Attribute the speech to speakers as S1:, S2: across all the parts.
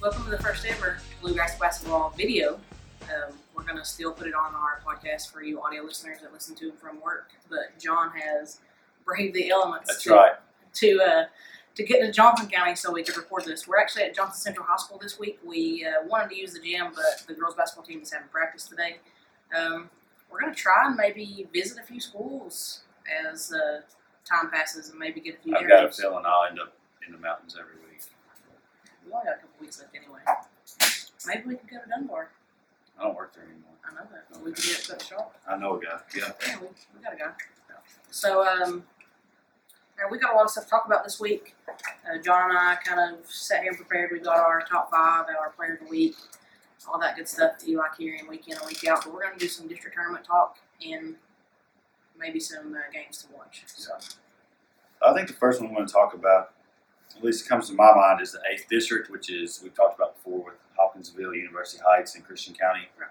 S1: welcome to the first ever Bluegrass Basketball video. Um, we're going to still put it on our podcast for you audio listeners that listen to it from work, but John has braved the elements
S2: That's
S1: to,
S2: right.
S1: to, uh, to get to Johnson County so we could record this. We're actually at Johnson Central Hospital this week. We uh, wanted to use the gym, but the girls' basketball team is having practice today. Um, we're going to try and maybe visit a few schools as uh, time passes and maybe get a few
S2: I've got a
S1: interviews.
S2: feeling I'll end up in the mountains every week.
S1: We only got a couple weeks left anyway. Maybe we can go to Dunbar.
S2: I don't work there anymore.
S1: I know that. but We can get it short.
S2: I know a guy. Yeah.
S1: Yeah, we, we gotta go. So, um, now we got a lot of stuff to talk about this week. Uh, John and I kind of sat here prepared. We got our top five, our player of the week, all that good stuff that you like hearing week in and week out. But we're gonna do some district tournament talk and maybe some uh, games to watch. So,
S2: I think the first one we want to talk about, at least comes to my mind, is the eighth district, which is we've talked about before with Hopkinsville, University Heights, and Christian County.
S1: Right.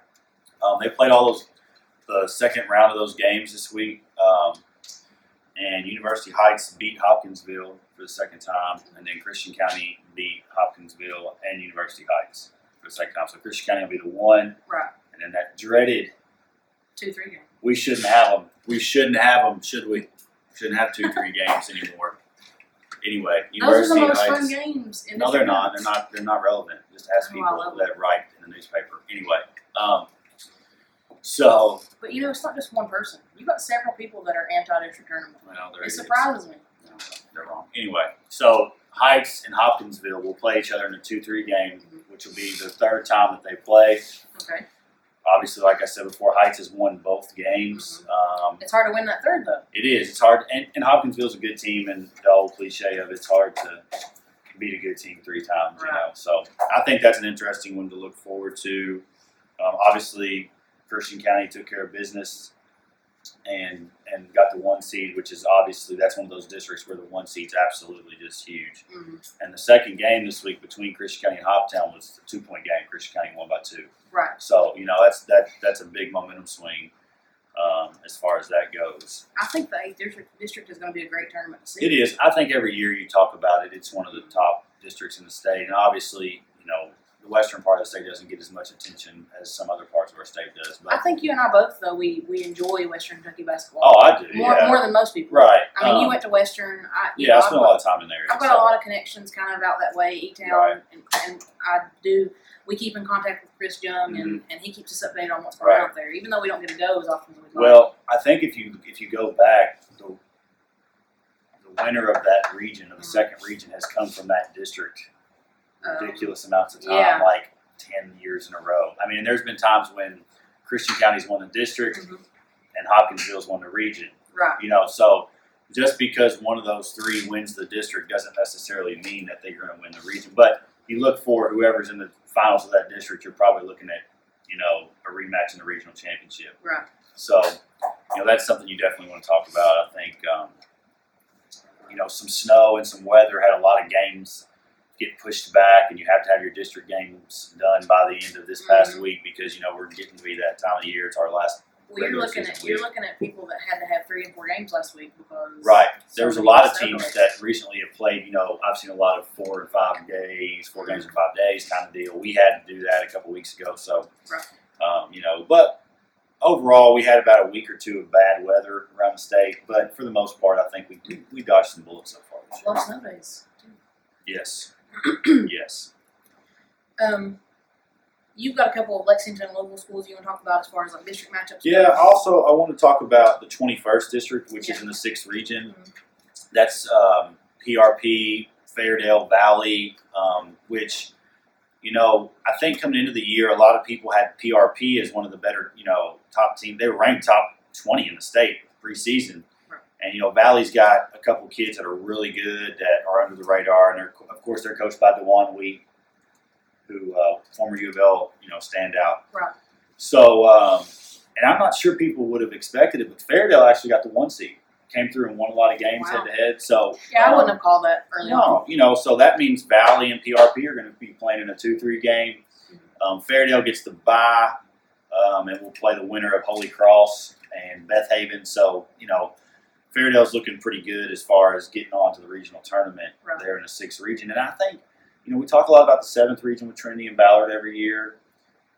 S2: Um, they played all those the second round of those games this week, um, and University Heights beat Hopkinsville for the second time, and then Christian County beat Hopkinsville and University Heights for the second time. So Christian County will be the one,
S1: right,
S2: and then that dreaded
S1: two, three games.
S2: we shouldn't have them. We shouldn't have them, should we? Shouldn't have two, three games anymore. Anyway,
S1: Those are the
S2: University
S1: most
S2: Heights.
S1: fun games. In
S2: No,
S1: the
S2: they're not. They're not. They're not relevant. Just ask
S1: Oh, I
S2: people
S1: love
S2: that write in the newspaper. Anyway, um, so
S1: But you know, it's not just one person. You got several people that are anti-district tournament.
S2: well, there
S1: It
S2: is.
S1: surprises me.
S2: They're wrong. Anyway, so Heights and Hopkinsville will play each other in a two-three game,
S1: Mm-hmm.
S2: which will be the third time that they play.
S1: Okay.
S2: Obviously, like I said before, Heights has won both games.
S1: Mm-hmm.
S2: Um,
S1: It's hard to win that third though.
S2: It is. It's hard, and, and Hopkinsville's a good team, and the old cliche of it's hard to beat a good team three times, you know. So I think that's an interesting one to look forward to. Um, obviously, Christian County took care of business and and got the one seed, which is obviously that's one of those districts where the one seed's absolutely just huge. And the second game this week between Christian County and Hoptown was a two point game. Christian County won by two.
S1: Right.
S2: So you know that's that that's a big momentum swing um, as far as that goes.
S1: I think the eighth district, district is going to be a great tournament to see.
S2: It is. I think every year you talk about it, it's one of the top districts in the state. And obviously, you know, the western part of the state doesn't get as much attention as some other parts of our state does.
S1: I
S2: But
S1: think you and I both though we we enjoy Western Kentucky basketball
S2: oh, I do.
S1: more
S2: yeah.
S1: more than most people.
S2: right.
S1: I mean, you
S2: Um,
S1: went to Western. I, you know,
S2: yeah, I
S1: I've
S2: spent a
S1: got-
S2: lot of time in there.
S1: I've got a lot of connections kind of out that way, E Town,
S2: Right.
S1: and, and I do. We keep in contact with Chris Young, and, and he keeps us updated on what's going on
S2: Mm-hmm. Right.
S1: out there, even though we don't get to go as often as we'd like.
S2: Well, I think if you if you go back, the, the winner of that region, of the
S1: Mhm.
S2: second region, has come from that district
S1: Um,
S2: ridiculous amounts of time,
S1: yeah.
S2: like ten years in a row. I mean, there's been times when Christian County's won the district
S1: Mhm.
S2: and Hopkinsville's won the region.
S1: right,
S2: You know, so just because one of those three wins the district doesn't necessarily mean that they're going to win the region. But you look for whoever's in the finals of that district, you're probably looking at, you know, a rematch in the regional championship.
S1: right.
S2: So, you know, that's something you definitely want to talk about. I think, um, you know, some snow and some weather had a lot of games get pushed back, and you have to have your district games done by the end of this past week because you know we're getting to be that time of the year. It's our last.
S1: Well, you're
S2: Regular
S1: looking
S2: season
S1: at you're
S2: week.
S1: looking at people that had to have three and four games last week because
S2: Right. There was a lot of
S1: so many
S2: teams
S1: snow
S2: that recently have played. You know, I've seen a lot of four and five days, four games in five days kind of deal. We had to do that a couple weeks ago, so
S1: Right.
S2: um, you know, but overall we had about a week or two of bad weather around the state. But for the most part, I think we do, we dodged some bullets so far. This
S1: days.
S2: year.
S1: Love snow days. too.
S2: Yes, yes.
S1: Um, you've got a couple of Lexington local schools you want to talk about as far as like district matchups.
S2: Yeah. Also, I want to talk about the 21st district, which is in the sixth region. That's um, PRP, Fairdale Valley, um, which you know I think coming into the year, a lot of people had PRP as one of the better, you know, top team. They were ranked top 20 in the state preseason.
S1: Right.
S2: And you know Valley's got a couple kids that are really good that are under the radar, and they're, of course they're coached by Dewan Wheat, who uh, former U of L, you know, standout.
S1: Right.
S2: So, um, and I'm not sure people would have expected it, but Fairdale actually got the one seed, came through and won a lot of games
S1: Wow.
S2: head to head. So,
S1: Yeah, I wouldn't
S2: um,
S1: have called that early on.
S2: no, you know, so that means Valley and PRP are going to be playing in a two-three game.
S1: Mm-hmm.
S2: Um, Fairdale gets the bye, um, and we'll play the winner of Holy Cross and Beth Haven. So, you know, Fairdale's looking pretty good as far as getting on to the regional tournament
S1: Right.
S2: there in the sixth region, and I think. you know, we talk a lot about the seventh region with Trinity and Ballard every year,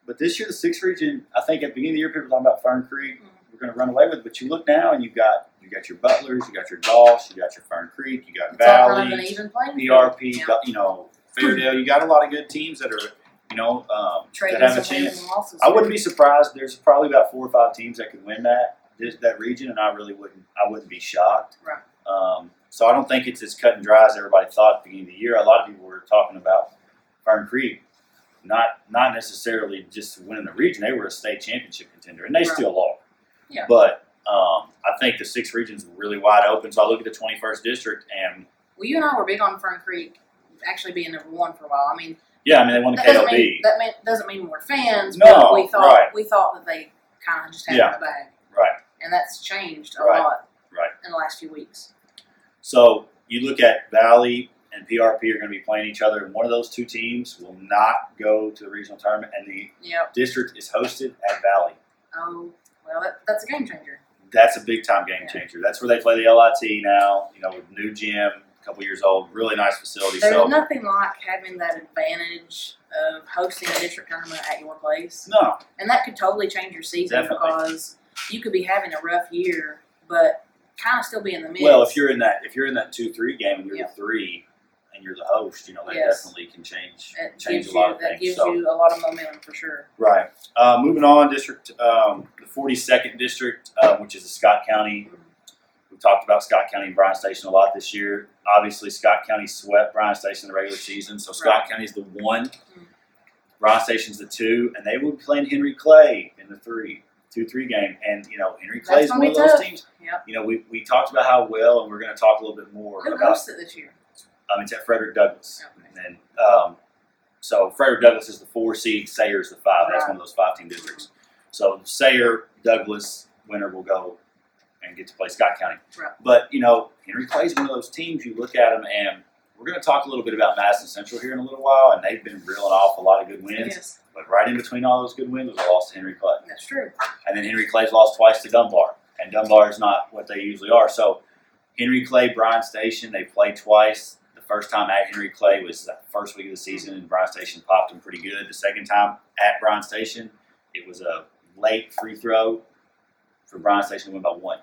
S2: but this year the sixth region, I think at the beginning of the year people were talking about Fern Creek.
S1: Mhm.
S2: We're going to run away with, it, but you look now and you've got you got your Butlers, you got your Dolphs, you got your Fern Creek, you got
S1: It's all kind of an
S2: Valley,
S1: even playing. field.
S2: ERP,
S1: Yeah.
S2: you know, Fairdale. You got a lot of good teams that are, you know, um,
S1: Trading
S2: that have a
S1: some wins
S2: chance.
S1: and losses.
S2: I wouldn't be surprised. There's probably about four or five teams that could win that this, that region, and I really wouldn't. I wouldn't be shocked.
S1: Right.
S2: Um, so I don't think it's as cut and dry as everybody thought at the beginning of the year. A lot of people were talking about Fern Creek, not not necessarily just winning the region. They were a state championship contender, and they
S1: Right.
S2: still are.
S1: Yeah.
S2: But um, I think the six regions were really wide open. So I look at the 21st district, and
S1: Well, you and I were big on Fern Creek actually being number one for a while. I mean,
S2: yeah, I mean they won the
S1: that doesn't
S2: KLB.
S1: mean that mean, doesn't mean we're fans.
S2: No,
S1: but we thought
S2: right.
S1: we thought that they kind of just had
S2: Yeah.
S1: it in the bag,
S2: right.
S1: and that's changed a
S2: Right.
S1: lot
S2: Right.
S1: in the last few weeks.
S2: So you look at Valley and PRP are going to be playing each other, and one of those two teams will not go to the regional tournament, and the
S1: Yep.
S2: district is hosted at Valley.
S1: Oh well, that, that's a game changer.
S2: That's a big time game changer. That's where they play the LIT now. You know, with new gym, a couple years old, really nice facility.
S1: There's
S2: so
S1: nothing like having that advantage of hosting a district tournament at your place.
S2: no,
S1: And that could totally change your season
S2: Definitely.
S1: because you could be having a rough year, but kind of still be in the mix.
S2: well, if you're in that if you're in that two three game and you're
S1: Yeah.
S2: the three, and you're the host, you know that
S1: Yes.
S2: definitely can change
S1: it
S2: change
S1: gives
S2: a lot
S1: you,
S2: of
S1: that
S2: things.
S1: gives
S2: so.
S1: you a lot of momentum for sure.
S2: Right. Uh, moving on, district um, the forty second district, uh, which is the Scott County. We talked about Scott County and Bryan Station a lot this year. Obviously, Scott County swept Bryan Station in the regular season, so Scott County's the one. Bryan Station's the two, and they will be playing Henry Clay in the three, two three game. And you know, Henry
S1: That's
S2: Clay's
S1: gonna
S2: one of
S1: be
S2: those
S1: tough.
S2: teams.
S1: Yep.
S2: You know, we, we talked about how well, and we're going to talk a little bit more
S1: Who
S2: about.
S1: hosted this year? Oh,
S2: Um, it's at Frederick Douglass.
S1: Okay.
S2: And then, um, so Frederick Douglass is the four seed, Sayers the five. That's one of those five team districts. So Sayer, Douglass, winner will go and get to play Scott County.
S1: Right.
S2: But, you know, Henry Clay's one of those teams you look at them and we're going to talk a little bit about Madison Central here in a little while, and they've been reeling off a lot of good wins.
S1: Yes,
S2: But right in between all those good wins was a loss to Henry Clay.
S1: that's true.
S2: And then Henry Clay's lost twice to Dunbar, and Dunbar is not what they usually are. So Henry Clay, Bryan Station, they played twice. The first time at Henry Clay was the first week of the season, and Bryan Station popped them pretty good. The second time at Bryan Station, it was a late free throw for Bryan Station to win by one.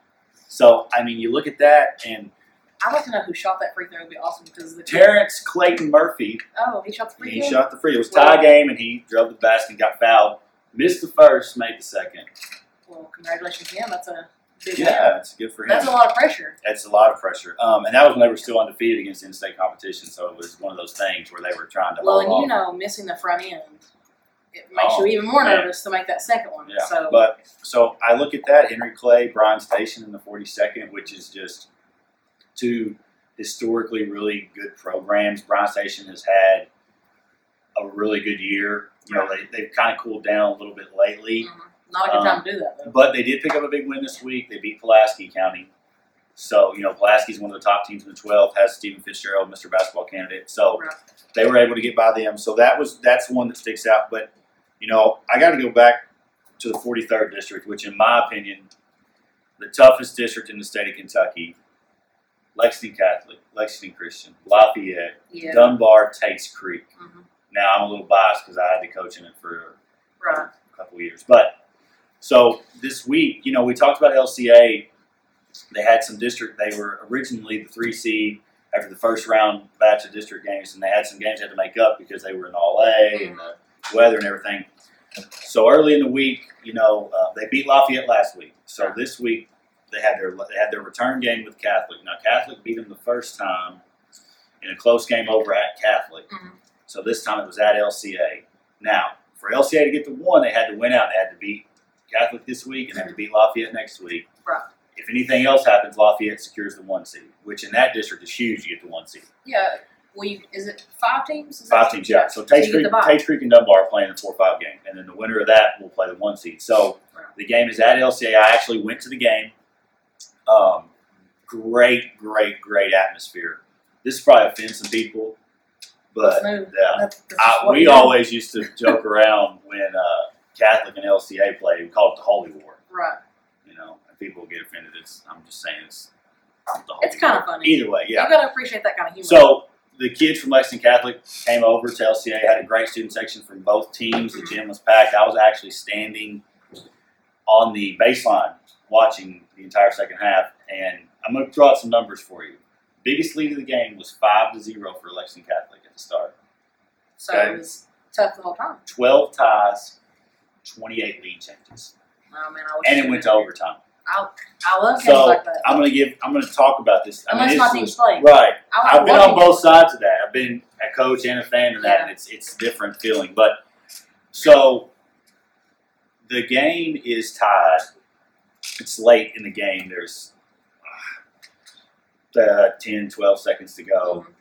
S2: So I mean, you look at that, and
S1: I'd like to know who shot that free throw. It'd be awesome because the
S2: Terrence Clayton Murphy,
S1: Oh, he shot the free
S2: he
S1: throw.
S2: shot the free. It was a tie game, and he drove the basket, and got fouled, missed the first, made the second.
S1: well, congratulations to him. That's a big win.
S2: Yeah, it's good for him.
S1: That's a lot of pressure.
S2: That's a lot of pressure. Um, and that was when they were still undefeated against in-state competition. So it was one of those things where they were trying to
S1: Well,
S2: hold
S1: and you
S2: off.
S1: know, missing the front end, it makes
S2: Oh,
S1: you even more
S2: man.
S1: nervous to make that second one.
S2: yeah.
S1: So
S2: But so I look at that Henry Clay, Brian Station in the 42nd, which is just two historically really good programs. Brian Station has had a really good year. You know, they, they've kind of cooled down a little bit lately.
S1: mhm. not a good time
S2: Um,
S1: to do that though.
S2: But they did pick up a big win this week. They beat Pulaski County. So, you know, Pulaski's one of the top teams in the 12, has Stephen Fitzgerald, Mr. Basketball candidate. So
S1: Right.
S2: they were able to get by them. So that was that's one that sticks out. But, you know, I got to go back to the 43rd district, which, in my opinion, the toughest district in the state of Kentucky. Lexington Catholic, Lexington Christian, Lafayette,
S1: Yeah.
S2: Dunbar, Tates Creek.
S1: Mhm.
S2: Now, I'm a little biased because I had to coach in it for
S1: Right.
S2: a couple years. But so this week, you know, we talked about LCA. They had some district. They were originally the three seed after the first round batch of district games, and they had some games they had to make up because they were in all A and the weather and everything. So early in the week, you know, uh, they beat Lafayette last week. So this week they had their they had their return game with Catholic. Now Catholic beat them the first time in a close game over at Catholic.
S1: Mhm.
S2: So this time it was at LCA. Now for LCA to get the one, they had to win out. They had to beat Catholic this week and they had to beat Lafayette next week.
S1: Right.
S2: If anything else happens, Lafayette secures the one seed, which in that district is huge. to get the one seed.
S1: Yeah. Well, you, is it five teams? Is that-
S2: Five teams, yeah. So Tate's
S1: you get
S2: Creek,
S1: the bye.
S2: Tate's Creek and Dunbar are playing a four-five game, and then the winner of that will play the one seed. So
S1: Right.
S2: the game is at LCA. I actually went to the game. Um, great, great, great atmosphere. This probably offends some people, but
S1: No.
S2: yeah,
S1: That's- that's
S2: I,
S1: what
S2: we
S1: you-
S2: always used to joke around when uh, Catholic and LCA played. We called it the Holy War.
S1: Right.
S2: You know, and people get offended. It's I'm just saying it's. the Holy
S1: It's kind
S2: War.
S1: of funny.
S2: Either way, yeah.
S1: You gotta appreciate that kind of humor.
S2: So the kids from Lexington Catholic came over to LCA. Had a great student section from both teams. The gym was packed. I was actually standing on the baseline watching the entire second half. And I'm going to throw out some numbers for you. Biggest lead of the game was five to zero for Lexington Catholic at the start.
S1: So
S2: Okay.
S1: it was tough the whole time.
S2: Twelve ties, twenty-eight lead changes,
S1: Oh man, I wish.
S2: and it went to overtime.
S1: I, I love games
S2: So
S1: like that.
S2: I'm going to give. I'm going to talk about this. I
S1: Unless
S2: mean,
S1: my
S2: this
S1: team's
S2: was,
S1: playing.
S2: right.
S1: I like
S2: I've been on
S1: watching
S2: both sides of that. I've been a coach and a fan of that, and it's it's a different feeling. But so the game is tied. It's late in the game. There's uh, uh, 10, 12 seconds to go.
S1: Mhm.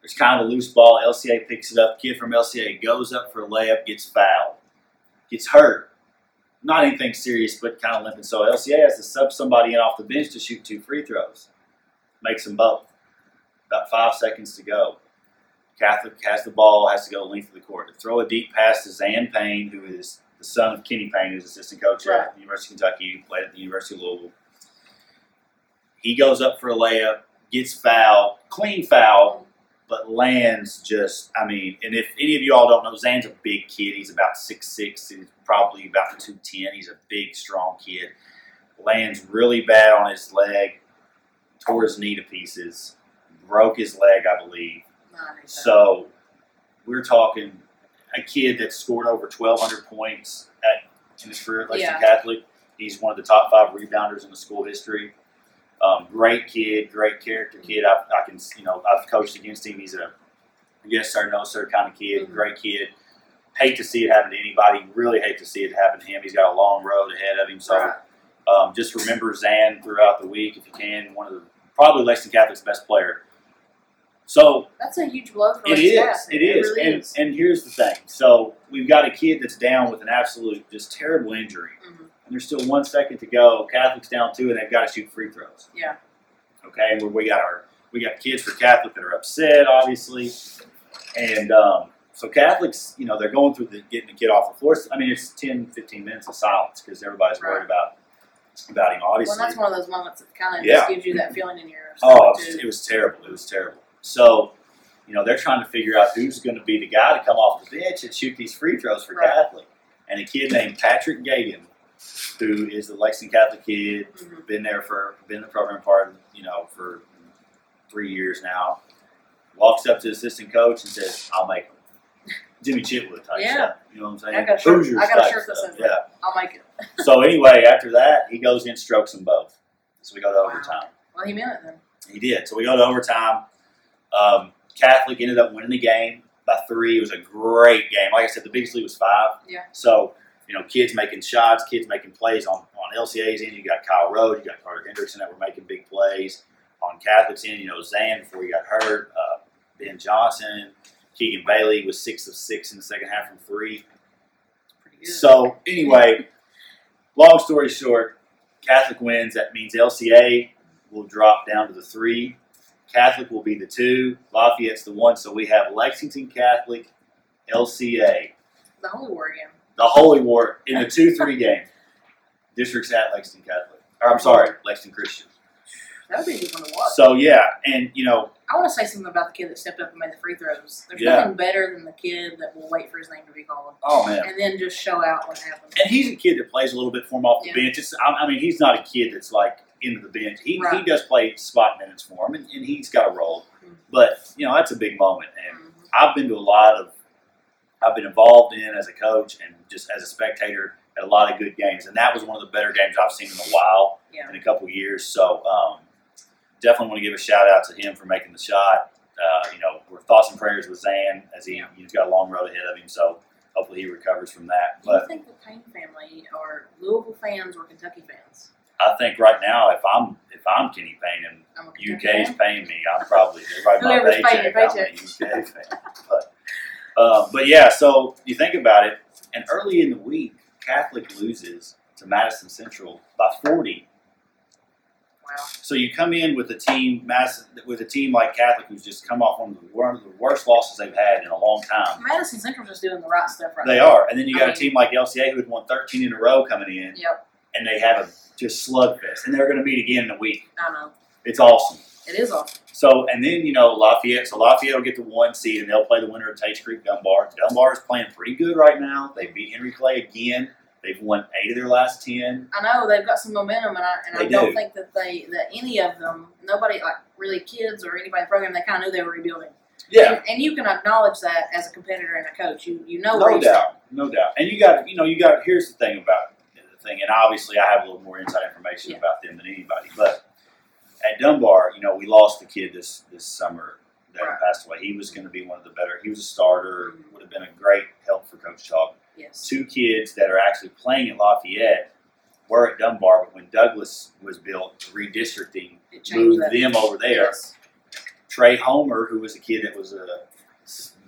S2: There's kind of a loose ball. LCA picks it up. Kid from LCA goes up for a layup, gets fouled, gets hurt. Not anything serious, but kind of limping. So LCA has to sub somebody in off the bench to shoot two free throws. Makes them both. About five seconds to go. Catholic has the ball, has to go length of the court. To throw a deep pass to Zan Payne, who is the son of Kenny Payne, who's assistant coach at
S1: Right.
S2: the University of Kentucky, who played at the University of Louisville. He goes up for a layup, gets fouled, clean foul, but Land's just, I mean, and if any of you all don't know, Zan's a big kid. He's about 6'6, he's probably about 210. He's a big, strong kid. Land's really bad on his leg, tore his knee to pieces, broke his leg, I believe.
S1: No, I knew that.
S2: So we're talking a kid that scored over 1,200 points at, in his career at Lexington Catholic. He's one of the top five rebounders in the school history. Um, great kid, great character kid. I, I can, you know, I've coached against him. He's a yes sir, no sir kind of kid.
S1: Mhm.
S2: Great kid. Hate to see it happen to anybody. Really hate to see it happen to him. He's got a long road ahead of him. So
S1: Right.
S2: um, just remember Zan throughout the week if you can. One of the probably Lexington Catholic's best player. So
S1: That's a huge blow for
S2: it
S1: his
S2: is.
S1: staff.
S2: It is.
S1: really
S2: and,
S1: is.
S2: and here's the thing. So we've got a kid that's down with an absolute just terrible injury,
S1: Mhm.
S2: and there's still one second to go. Catholic's down two, and they've got to shoot free throws.
S1: Yeah.
S2: Okay. Where we got our we got kids for Catholic that are upset, obviously, and um, so Catholics, you know, they're going through the getting the kid off the floor. I mean, it's 10, 15 minutes of silence because everybody's worried
S1: Right.
S2: about about him,
S1: Well,
S2: obviously.
S1: that's one of those moments that kind of
S2: Yeah.
S1: just gives you that feeling in your
S2: Oh,
S1: stomach,
S2: it was,
S1: too.
S2: it was terrible. It was terrible. So, you know, they're trying to figure out who's going to be the guy to come off the bench and shoot these free throws for
S1: Right.
S2: Catholic. And a kid named Patrick Gagan, who is the Lexington Catholic kid,
S1: Mhm.
S2: been there for, been in the program part, you know, for three years now, walks up to the assistant coach and says, I'll make him. Jimmy Chitwood type
S1: Yeah.
S2: stuff. You know what I'm saying?
S1: I got a shirt-
S2: Hoosiers
S1: I got a
S2: type
S1: shirt that
S2: stuff.
S1: says that.
S2: Yeah
S1: I'll make it.
S2: so anyway, after that, he goes in, strokes them both. So we go to
S1: Wow.
S2: overtime.
S1: Well, he meant it then.
S2: He did. So we go to overtime. Um, Catholic ended up winning the game by three. It was a great game. Like I said, the biggest lead was five.
S1: Yeah.
S2: So you know, kids making shots, kids making plays on on LCA's end. You got Kyle Rhodes, you got Carter Hendrickson that were making big plays on Catholic's end. You know, Zan before he got hurt, uh, Ben Johnson, Keegan Bailey was six of six in the second half from three.
S1: Pretty good.
S2: So anyway, long story short, Catholic wins. That means LCA will drop down to the three. Catholic will be the two. Lafayette's the one. So we have Lexington Catholic, LCA,
S1: the Holy War again.
S2: the Holy War in the two three game. Districts at Lexington Catholic. Or I'm sorry, Lexington Christian.
S1: That would be a good one to watch.
S2: So yeah, and you know,
S1: I want to say something about the kid that stepped up and made the free throws. There's
S2: Yeah.
S1: nothing better than the kid that will wait for his name to be called
S2: oh man.
S1: and then just show out what happened.
S2: And he's a kid that plays a little bit for him off the
S1: Yeah.
S2: bench. It's, I, I mean, he's not a kid that's like into the bench. He, he
S1: Right.
S2: does play spot minutes for him, and, and he's got a role.
S1: Mhm.
S2: But you know, that's a big moment, and
S1: Mhm.
S2: I've been to a lot of, I've been involved in as a coach and just as a spectator at a lot of good games, and that was one of the better games I've seen in a while,
S1: Yeah.
S2: in a couple years. So um, definitely want to give a shout out to him for making the shot. Uh, you know, we're thoughts and prayers with Zan as he,
S1: Yeah.
S2: he's got a long road ahead of him. So hopefully he recovers from that.
S1: Do
S2: But
S1: you think the Payne family are Louisville fans or Kentucky fans?
S2: I think right now, if I'm if I'm Kenny Payne and
S1: I'm a Kentucky
S2: UK's
S1: fan.
S2: paying me, I'm probably they're writing my
S1: Whoever's paying
S2: paycheck.
S1: your
S2: I'm a UK fan, but uh, but yeah. So you think about it, and early in the week, Catholic loses to Madison Central by 40.
S1: Wow.
S2: So you come in with a team, Madison, with a team like Catholic, who's just come off one of the, one of the worst losses they've had in a long time.
S1: Madison Central's just doing the right stuff right
S2: They
S1: now.
S2: are, and then you got
S1: I
S2: a team like LCA who had won 13 in a row coming in,
S1: Yep,
S2: and they have a just slugfest, and they're going to meet again in a week.
S1: I know.
S2: It's awesome.
S1: It is awesome.
S2: So and then you know Lafayette. So Lafayette will get the one seed, and they'll play the winner of Tate's Creek Dunbar. Dunbar is playing pretty good right now. They beat Henry Clay again. They've won eight of their last ten.
S1: I know they've got some momentum, and I and I
S2: They
S1: don't
S2: do.
S1: think that they that any of them, nobody like really kids or anybody in the program, they kind of knew they were rebuilding. And, and you can acknowledge that as a competitor and a coach. You you know where
S2: no
S1: you stand.
S2: doubt, no doubt. And you got you know you got here's the thing about it, the thing, and obviously I have a little more inside information
S1: Yeah.
S2: about them than anybody. But at Dunbar, you know, we lost the kid this this summer that
S1: Right.
S2: passed away. He was going to be one of the better. He was a starter.
S1: Mhm.
S2: Would have been a great help for Coach Chalk.
S1: Yes.
S2: two kids that are actually playing at Lafayette were at Dunbar, but when Douglas was built, redistricting
S1: It
S2: moved
S1: changed that.
S2: them over there.
S1: Yes.
S2: Trey Homer, who was a kid that was a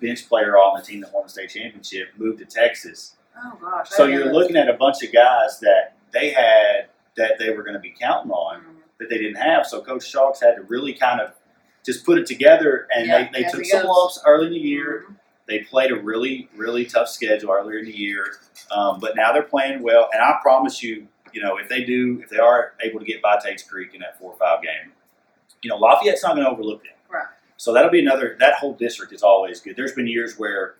S2: bench player on the team that won the state championship, moved to Texas.
S1: Oh gosh. I
S2: So
S1: didn't
S2: you're
S1: know
S2: looking at a bunch of guys that they had that they were going to be counting
S1: that.
S2: on that they didn't have. So Coach Sharks had to really kind of just put it together, and
S1: Yeah,
S2: they, they
S1: as
S2: took
S1: it
S2: some
S1: goes.
S2: lumps early in the year.
S1: Mhm.
S2: They played a really, really tough schedule earlier in the year, um, but now they're playing well. And I promise you, you know, if they do, if they are able to get by Tate's Creek in that four or five game, you know, Lafayette's not going to overlook them.
S1: Right.
S2: So that'll be another. That whole district is always good. There's been years where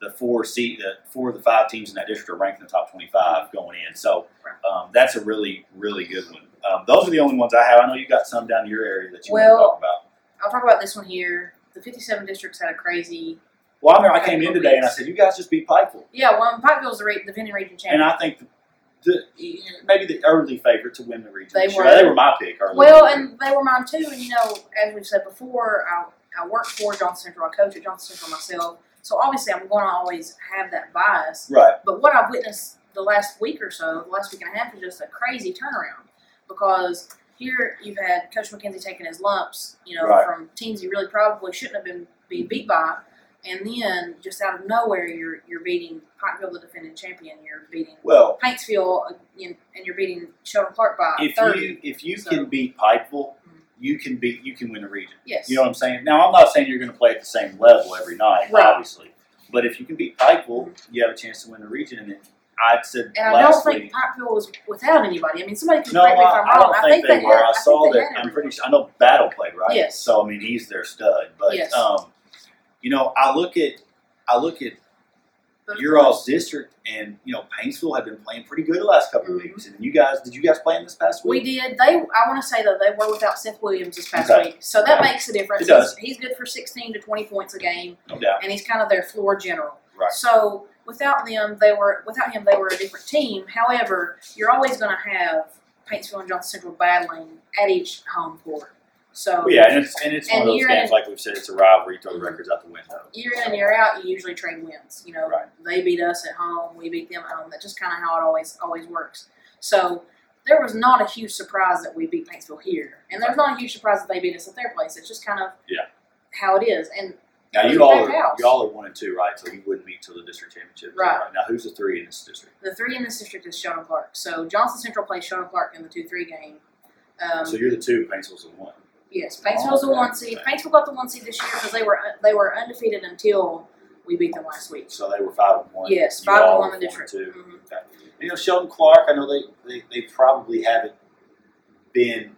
S2: the four seat, the four of the five teams in that district are ranked in the top twenty-five going in. So
S1: Right.
S2: um, that's a really, really good one. Um, those are the only ones I have. I know you got some down your area that you
S1: Well-
S2: want to talk about.
S1: I'll talk about this one here. The 57 districts had a crazy.
S2: Well, I remember I came in today and I said, "You guys just beat Pikeville."
S1: Yeah, well, Pikeville's the, re- the vending region champion.
S2: And I think the, the maybe the early favorite to win the region.
S1: They
S2: this year.
S1: were.
S2: They were my pick. Early
S1: Well, and they were mine too. And you know, as we've said before, I, I work for Johnson Central. I coach at Johnson Central myself. So obviously, I'm going to always have that bias.
S2: right.
S1: But what I've witnessed the last week or so, the last week and a half, is just a crazy turnaround. Because here you've had Coach McKenzie taking his lumps, you know,
S2: Right.
S1: from teams he really probably shouldn't have been being beat by. And then just out of nowhere, you're you're beating Pikeville, the defending champion. You're beating
S2: Well,
S1: Paintsville, uh, you- and you're beating Sheldon Clark by
S2: if
S1: 30.
S2: you if you
S1: So-
S2: can beat Pikeville,
S1: Mhm.
S2: you can beat you can win the region.
S1: yes.
S2: You know what I'm saying? Now, I'm not saying you're going to play at the same level every night,
S1: Right.
S2: obviously. But if you can beat Pikeville, you have a chance to win the region. And then I said
S1: And I don't
S2: last
S1: think
S2: week.
S1: Pikeville was without anybody. I mean, somebody could
S2: No,
S1: correct me if I'm
S2: I, I
S1: wrong.
S2: don't
S1: I think
S2: they, were.
S1: had-
S2: I
S1: think
S2: saw
S1: they
S2: that.
S1: had
S2: I'm pretty
S1: everyone.
S2: sure. I know Battle played right.
S1: Yes.
S2: So I mean, he's their stud. But
S1: Yes.
S2: um, you know, I look at I look at
S1: But-
S2: your all's district, and you know Paintsville had been playing pretty good the last couple
S1: Mhm.
S2: of weeks. And you guys, did you guys play in this past
S1: We
S2: week?
S1: did. They. I want to say though they were without Seth Williams this past
S2: Okay.
S1: week, so that makes a difference.
S2: It does.
S1: He's, he's good for 16 to 20 points a game,
S2: No doubt,
S1: and he's kind of their floor general.
S2: right?
S1: So without them, they were without him they were a different team. However, you're always going to have Paintsville and Johnson Central battling at each home court. So
S2: Well, Oh, yeah, and it's and it's
S1: Oh, And
S2: one of those
S1: you're
S2: games
S1: in-
S2: like we've said, it's a rivalry. Throw the records out the window.
S1: year in and year out, you usually trade wins. You know,
S2: Right.
S1: they beat us at home, we beat them at home. That's just kind of how it always always works. So there was not a huge surprise that we beat Paintsville here, and there's not a huge surprise that they beat us at their place. It's just kind of
S2: Yeah.
S1: how it is. And
S2: Now
S1: It was
S2: you
S1: a
S2: all
S1: packed
S2: are,
S1: house.
S2: y'all are one and two, right? So you wouldn't meet till the district championship. is that
S1: Right.
S2: Now who's the three in this district?
S1: the three in this district is Sheldon Clark. So Johnson Central plays Sheldon Clark in the two three game. Um,
S2: so you're the two. Paintsville's the one.
S1: yes, Paintsville's the
S2: Okay.
S1: one seed. Paintsville got the one seed this year because they were they were undefeated until we beat them last week.
S2: So they were five and one.
S1: Yes,
S2: You
S1: five and
S2: all
S1: one
S2: were
S1: in
S2: four and
S1: district.
S2: two.
S1: Mhm.
S2: You know, Sheldon Clark, I know they, they, they probably haven't been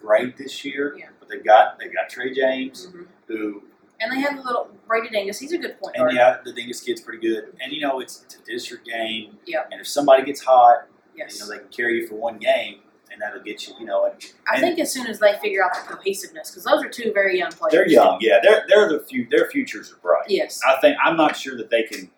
S2: great this year,
S1: Yeah.
S2: but they've got they got Trey James,
S1: Mhm.
S2: who
S1: And they had the little Brady Dingus. He's a good point guard.
S2: and yeah, the Dingus kid's pretty good. And you know, it's it's a district game.
S1: Yeah.
S2: And if somebody gets hot,
S1: Yes.
S2: you know, they can carry you for one game and that'll get you, you know, and
S1: I
S2: And-
S1: think as soon as they figure out the cohesiveness, because those are two very young players.
S2: they're young, yeah. They're they're the few their futures are bright.
S1: Yes.
S2: I think I'm not sure that they can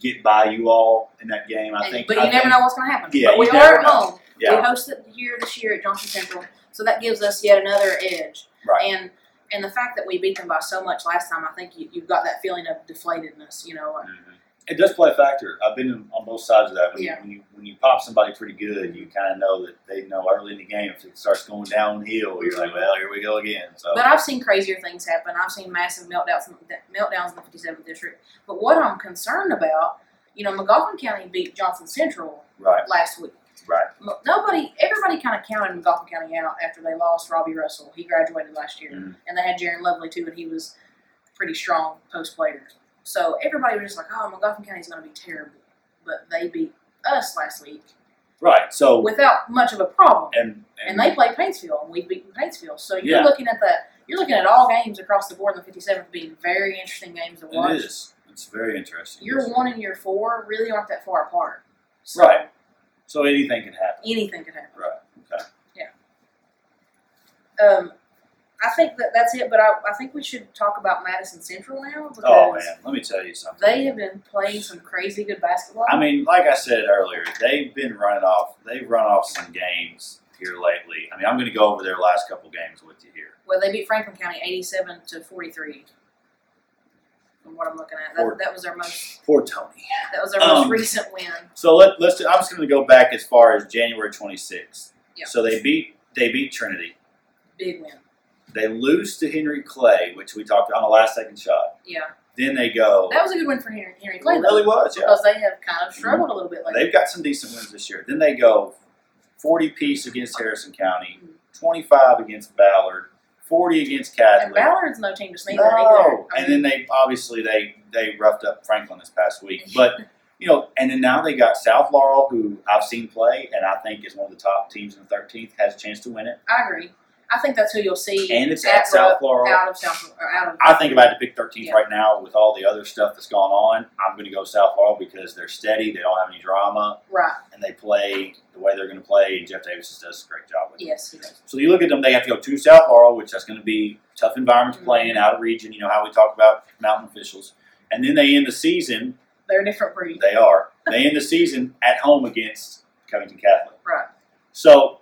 S2: get by you all in that game. I
S1: And-
S2: think
S1: but you
S2: I
S1: never
S2: think-
S1: know what's going to happen.
S2: Yeah,
S1: but we
S2: you
S1: are
S2: never
S1: at
S2: know.
S1: home.
S2: Yeah,
S1: We host it here this year at Johnson Central, so that gives us yet another edge.
S2: right.
S1: And and the fact that we beat them by so much last time, I think you, you've got that feeling of deflatedness. You know, like,
S2: Mm-hmm. It does play a factor. I've been in- on both sides of that. When,
S1: Yeah.
S2: you, when you when you pop somebody pretty good, you kind of know that they know early in the game if it starts going downhill, you're like, well, here we go again. So
S1: But I've seen crazier things happen. I've seen massive meltdowns, meltdowns in the 57th district. But what I'm concerned about, you know, McGoffin County beat Johnson Central
S2: right,
S1: last week.
S2: right,
S1: M- Nobody, everybody kind of counted McGoffin County out after they lost Robbie Russell. He graduated last year,
S2: Mhm.
S1: and they had Jaron Lovely too, and he was a pretty strong post player. So everybody was just like, "Oh, McGoffin County's going to be terrible," but they beat us last week,
S2: Right. So
S1: without much of a problem.
S2: and
S1: And they play Paintsville, and we've beaten Paintsville. So you're
S2: Yeah.
S1: looking at the you're looking at all games across the board in the 57th being very interesting games to watch.
S2: it is. It's very interesting.
S1: Your one and your four really aren't that far apart. So
S2: Right. So anything can happen.
S1: Anything could happen.
S2: Right. Okay.
S1: Um, I think that that's it. But I, I think we should talk about Madison Central now because
S2: Oh man, let me tell you something.
S1: they have been playing some crazy good basketball.
S2: I mean, like I said earlier, they've been running off. They've run off some games here lately. I mean, I'm going to go over their last couple games with you here.
S1: well, they beat Franklin County 87 to 43. From what I'm looking at,
S2: Or-
S1: that, that was their most
S2: Poor Tony.
S1: that was their
S2: Um,
S1: most recent win.
S2: So let, let's. I'm just going to go back as far as January 26th.
S1: Yeah.
S2: So they beat they beat Trinity.
S1: Big win.
S2: They lose to Henry Clay, which we talked on the last second shot.
S1: Yeah.
S2: Then they go.
S1: That was a good win for Henry, Henry Clay,
S2: It
S1: though,
S2: Oh. really was. Yeah.
S1: because they have kind of struggled a little bit lately.
S2: They've got some decent wins this year. Then they go 40 piece against Harrison County, 25 against Ballard, 40 against
S1: and
S2: Catholic.
S1: Ballard's no team to sneeze at either.
S2: no.
S1: I
S2: And
S1: mean,
S2: then they obviously they they roughed up Franklin this past week, but you know, and then now they got South Laurel, who I've seen play, and I think is one of the top teams in the 13th, has a chance to win it,
S1: I agree. I think that's who you'll see
S2: and it's
S1: at
S2: at South
S1: Rupp,
S2: Laurel.
S1: out of South or out of.
S2: I think if I had to pick 13th
S1: Yeah.
S2: right now with all the other stuff that's gone on, I'm going to go South Laurel because they're steady, they don't have any drama,
S1: Right.
S2: and they play the way they're going to play. Jeff Davis just does a great job with it.
S1: Yes. He does.
S2: So you look at them; they have to go to South Laurel, which that's going to be tough environment to play in, out of region. You know how we talk about mountain officials, and then they end the season.
S1: They're a different breed.
S2: They are they end the season at home against Covington Catholic.
S1: Right.
S2: So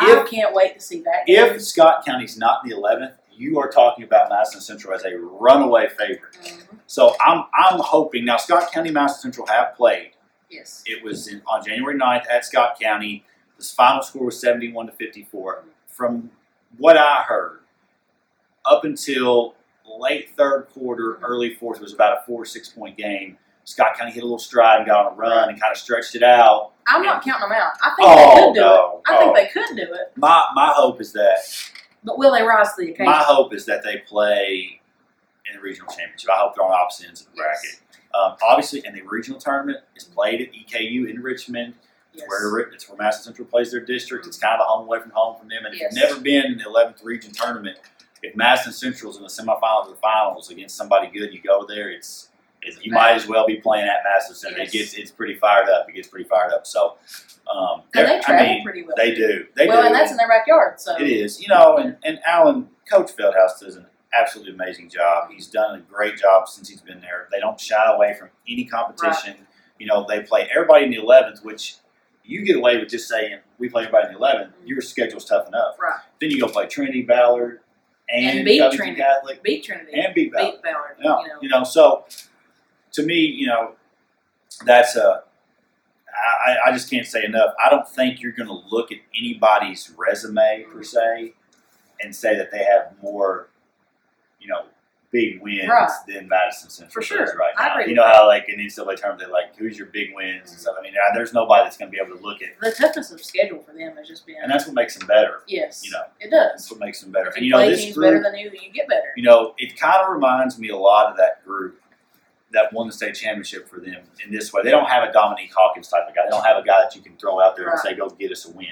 S1: I
S2: If-
S1: can't wait to see that. game.
S2: if Scott County's not in the 11th, you are talking about Madison Central as a runaway favorite.
S1: Mhm.
S2: So I'm I'm hoping now Scott County Madison Central have played.
S1: Yes.
S2: It was in, on January 9th at Scott County. The final score was 71 to 54. From what I heard, up until late third quarter, early fourth, it was about a four or six point game. Scott County hit a little stride and got on a run and kind of stretched it out.
S1: I'm not counting them out. I think they
S2: Oh
S1: could do it.
S2: no!
S1: I think
S2: Oh.
S1: they could do it.
S2: My my hope is that
S1: But will they rise to the occasion?
S2: my hope is that they play in the regional championship. I hope they're on opposite ends of the
S1: Yes.
S2: bracket. Um, obviously, and the regional tournament is played at EKU in Richmond.
S1: yes.
S2: where it- it's where Madison Central plays their district. It's kind of a home away from home from them. And if you've
S1: Yes.
S2: never been in the 11th region tournament, if Madison Central's in the semifinals or the finals against somebody good, you go there. It's, it's you might as well be playing at Madison Central. It
S1: Yes.
S2: gets it's pretty fired up. It gets pretty fired up. So, um,
S1: and they
S2: they're-
S1: travel
S2: I mean,
S1: pretty well.
S2: they do. They
S1: well,
S2: do.
S1: and that's in their backyard. So
S2: It is, you know, and, and Alan Coach Feldhouse does an absolutely amazing job. He's done a great job since he's been there. They don't shy away from any competition. You know, they play everybody in the eleventh, which you get away with just saying we play everybody in the eleventh. Your schedule's tough enough.
S1: Right.
S2: Then you go play Trinity Ballard and,
S1: And beat
S2: Covington
S1: Trinity.
S2: Catholic
S1: beat Trinity,
S2: and beat Ballard.
S1: beat Ballard.
S2: Yeah,
S1: You know,
S2: you know, so to me, you know, that's a. I, I- I just can't say enough. I don't think you're going to look at anybody's resume
S1: Mm-hmm.
S2: per se and say that they have more, you know, big wins
S1: Right.
S2: than Madison Central
S1: For
S2: does
S1: sure.
S2: right
S1: I
S2: now.
S1: agree
S2: you
S1: with
S2: know how like in NCAA terms they like who's your big wins and stuff. I mean, there's nobody that's going to be able to look at,
S1: the toughness of schedule for them has just been
S2: and that's what makes them better.
S1: yes,
S2: You know,
S1: it does.
S2: that's what makes them better.
S1: If
S2: And
S1: you,
S2: you know,
S1: play
S2: this
S1: teams
S2: group
S1: better than you, you get better.
S2: you know, it kind of reminds me a lot of that group that won the state championship for them in this way. They don't have a Dominique Hawkins type of guy. They don't have a guy that you can throw out there and say, "Go get us a win."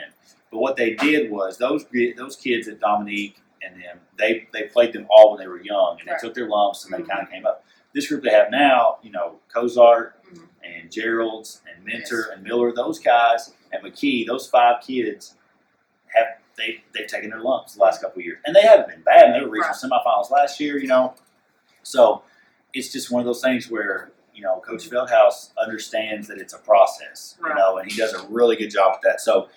S2: But what they did was those ki- those kids at Dominique and them, they they played them all when they were young, and
S1: Right.
S2: they took their lumps and they
S1: Mhm.
S2: kind of came up. This group they have now, you know, Cozart
S1: Mhm.
S2: and Gerald's and Mentor and Miller, those guys and McKee, those five kids have they they've taken their lumps the last couple of years, and they haven't been bad. They were reaching semifinals last year, you know. So it's just one of those things where you know Coach Feldhouse understands that it's a process,
S1: Right.
S2: you know, and he does a really good job with that. So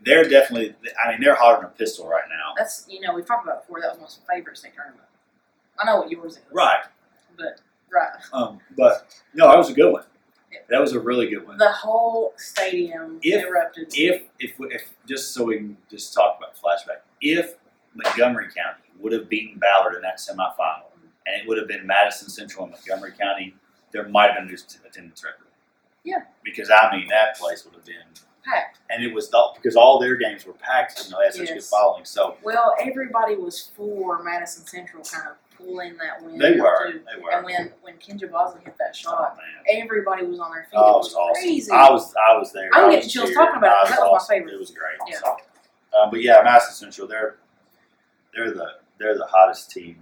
S2: they're definitely, I mean, they're hotter than a pistol right now.
S1: That's you know we've talked about it before. That was my favorite state tournament. I know what yours is,
S2: Right,
S1: But right,
S2: um, but no, that was a good one.
S1: Yeah.
S2: That was a really good one.
S1: the whole stadium
S2: If-
S1: erupted.
S2: If if if just so we can just talk about flashback, if Montgomery County would have beaten Ballard in that semifinal, and it would have been Madison Central and Montgomery County, there might have been a new attendance record.
S1: Yeah.
S2: Because I mean, that place would have been,
S1: packed.
S2: and it was the, because all their games were packed. You know, they had such a good
S1: Yes.
S2: following, so
S1: Well, everybody was for Madison Central kind of pulling that win. out
S2: they were,
S1: too.
S2: they
S1: And
S2: were.
S1: when when and Kendra Bosley hit that shot.
S2: Oh, man.
S1: Everybody was on their feet.
S2: Oh,
S1: it
S2: it was awesome.
S1: crazy.
S2: I was I was there.
S1: I'm
S2: I
S1: getting
S2: was
S1: chills
S2: cheering.
S1: talking about it,
S2: I
S1: 'cause that was my
S2: awesome.
S1: favorite.
S2: It was great.
S1: Yeah.
S2: So, uh, but yeah, Mass Central, they're they're the they're the hottest team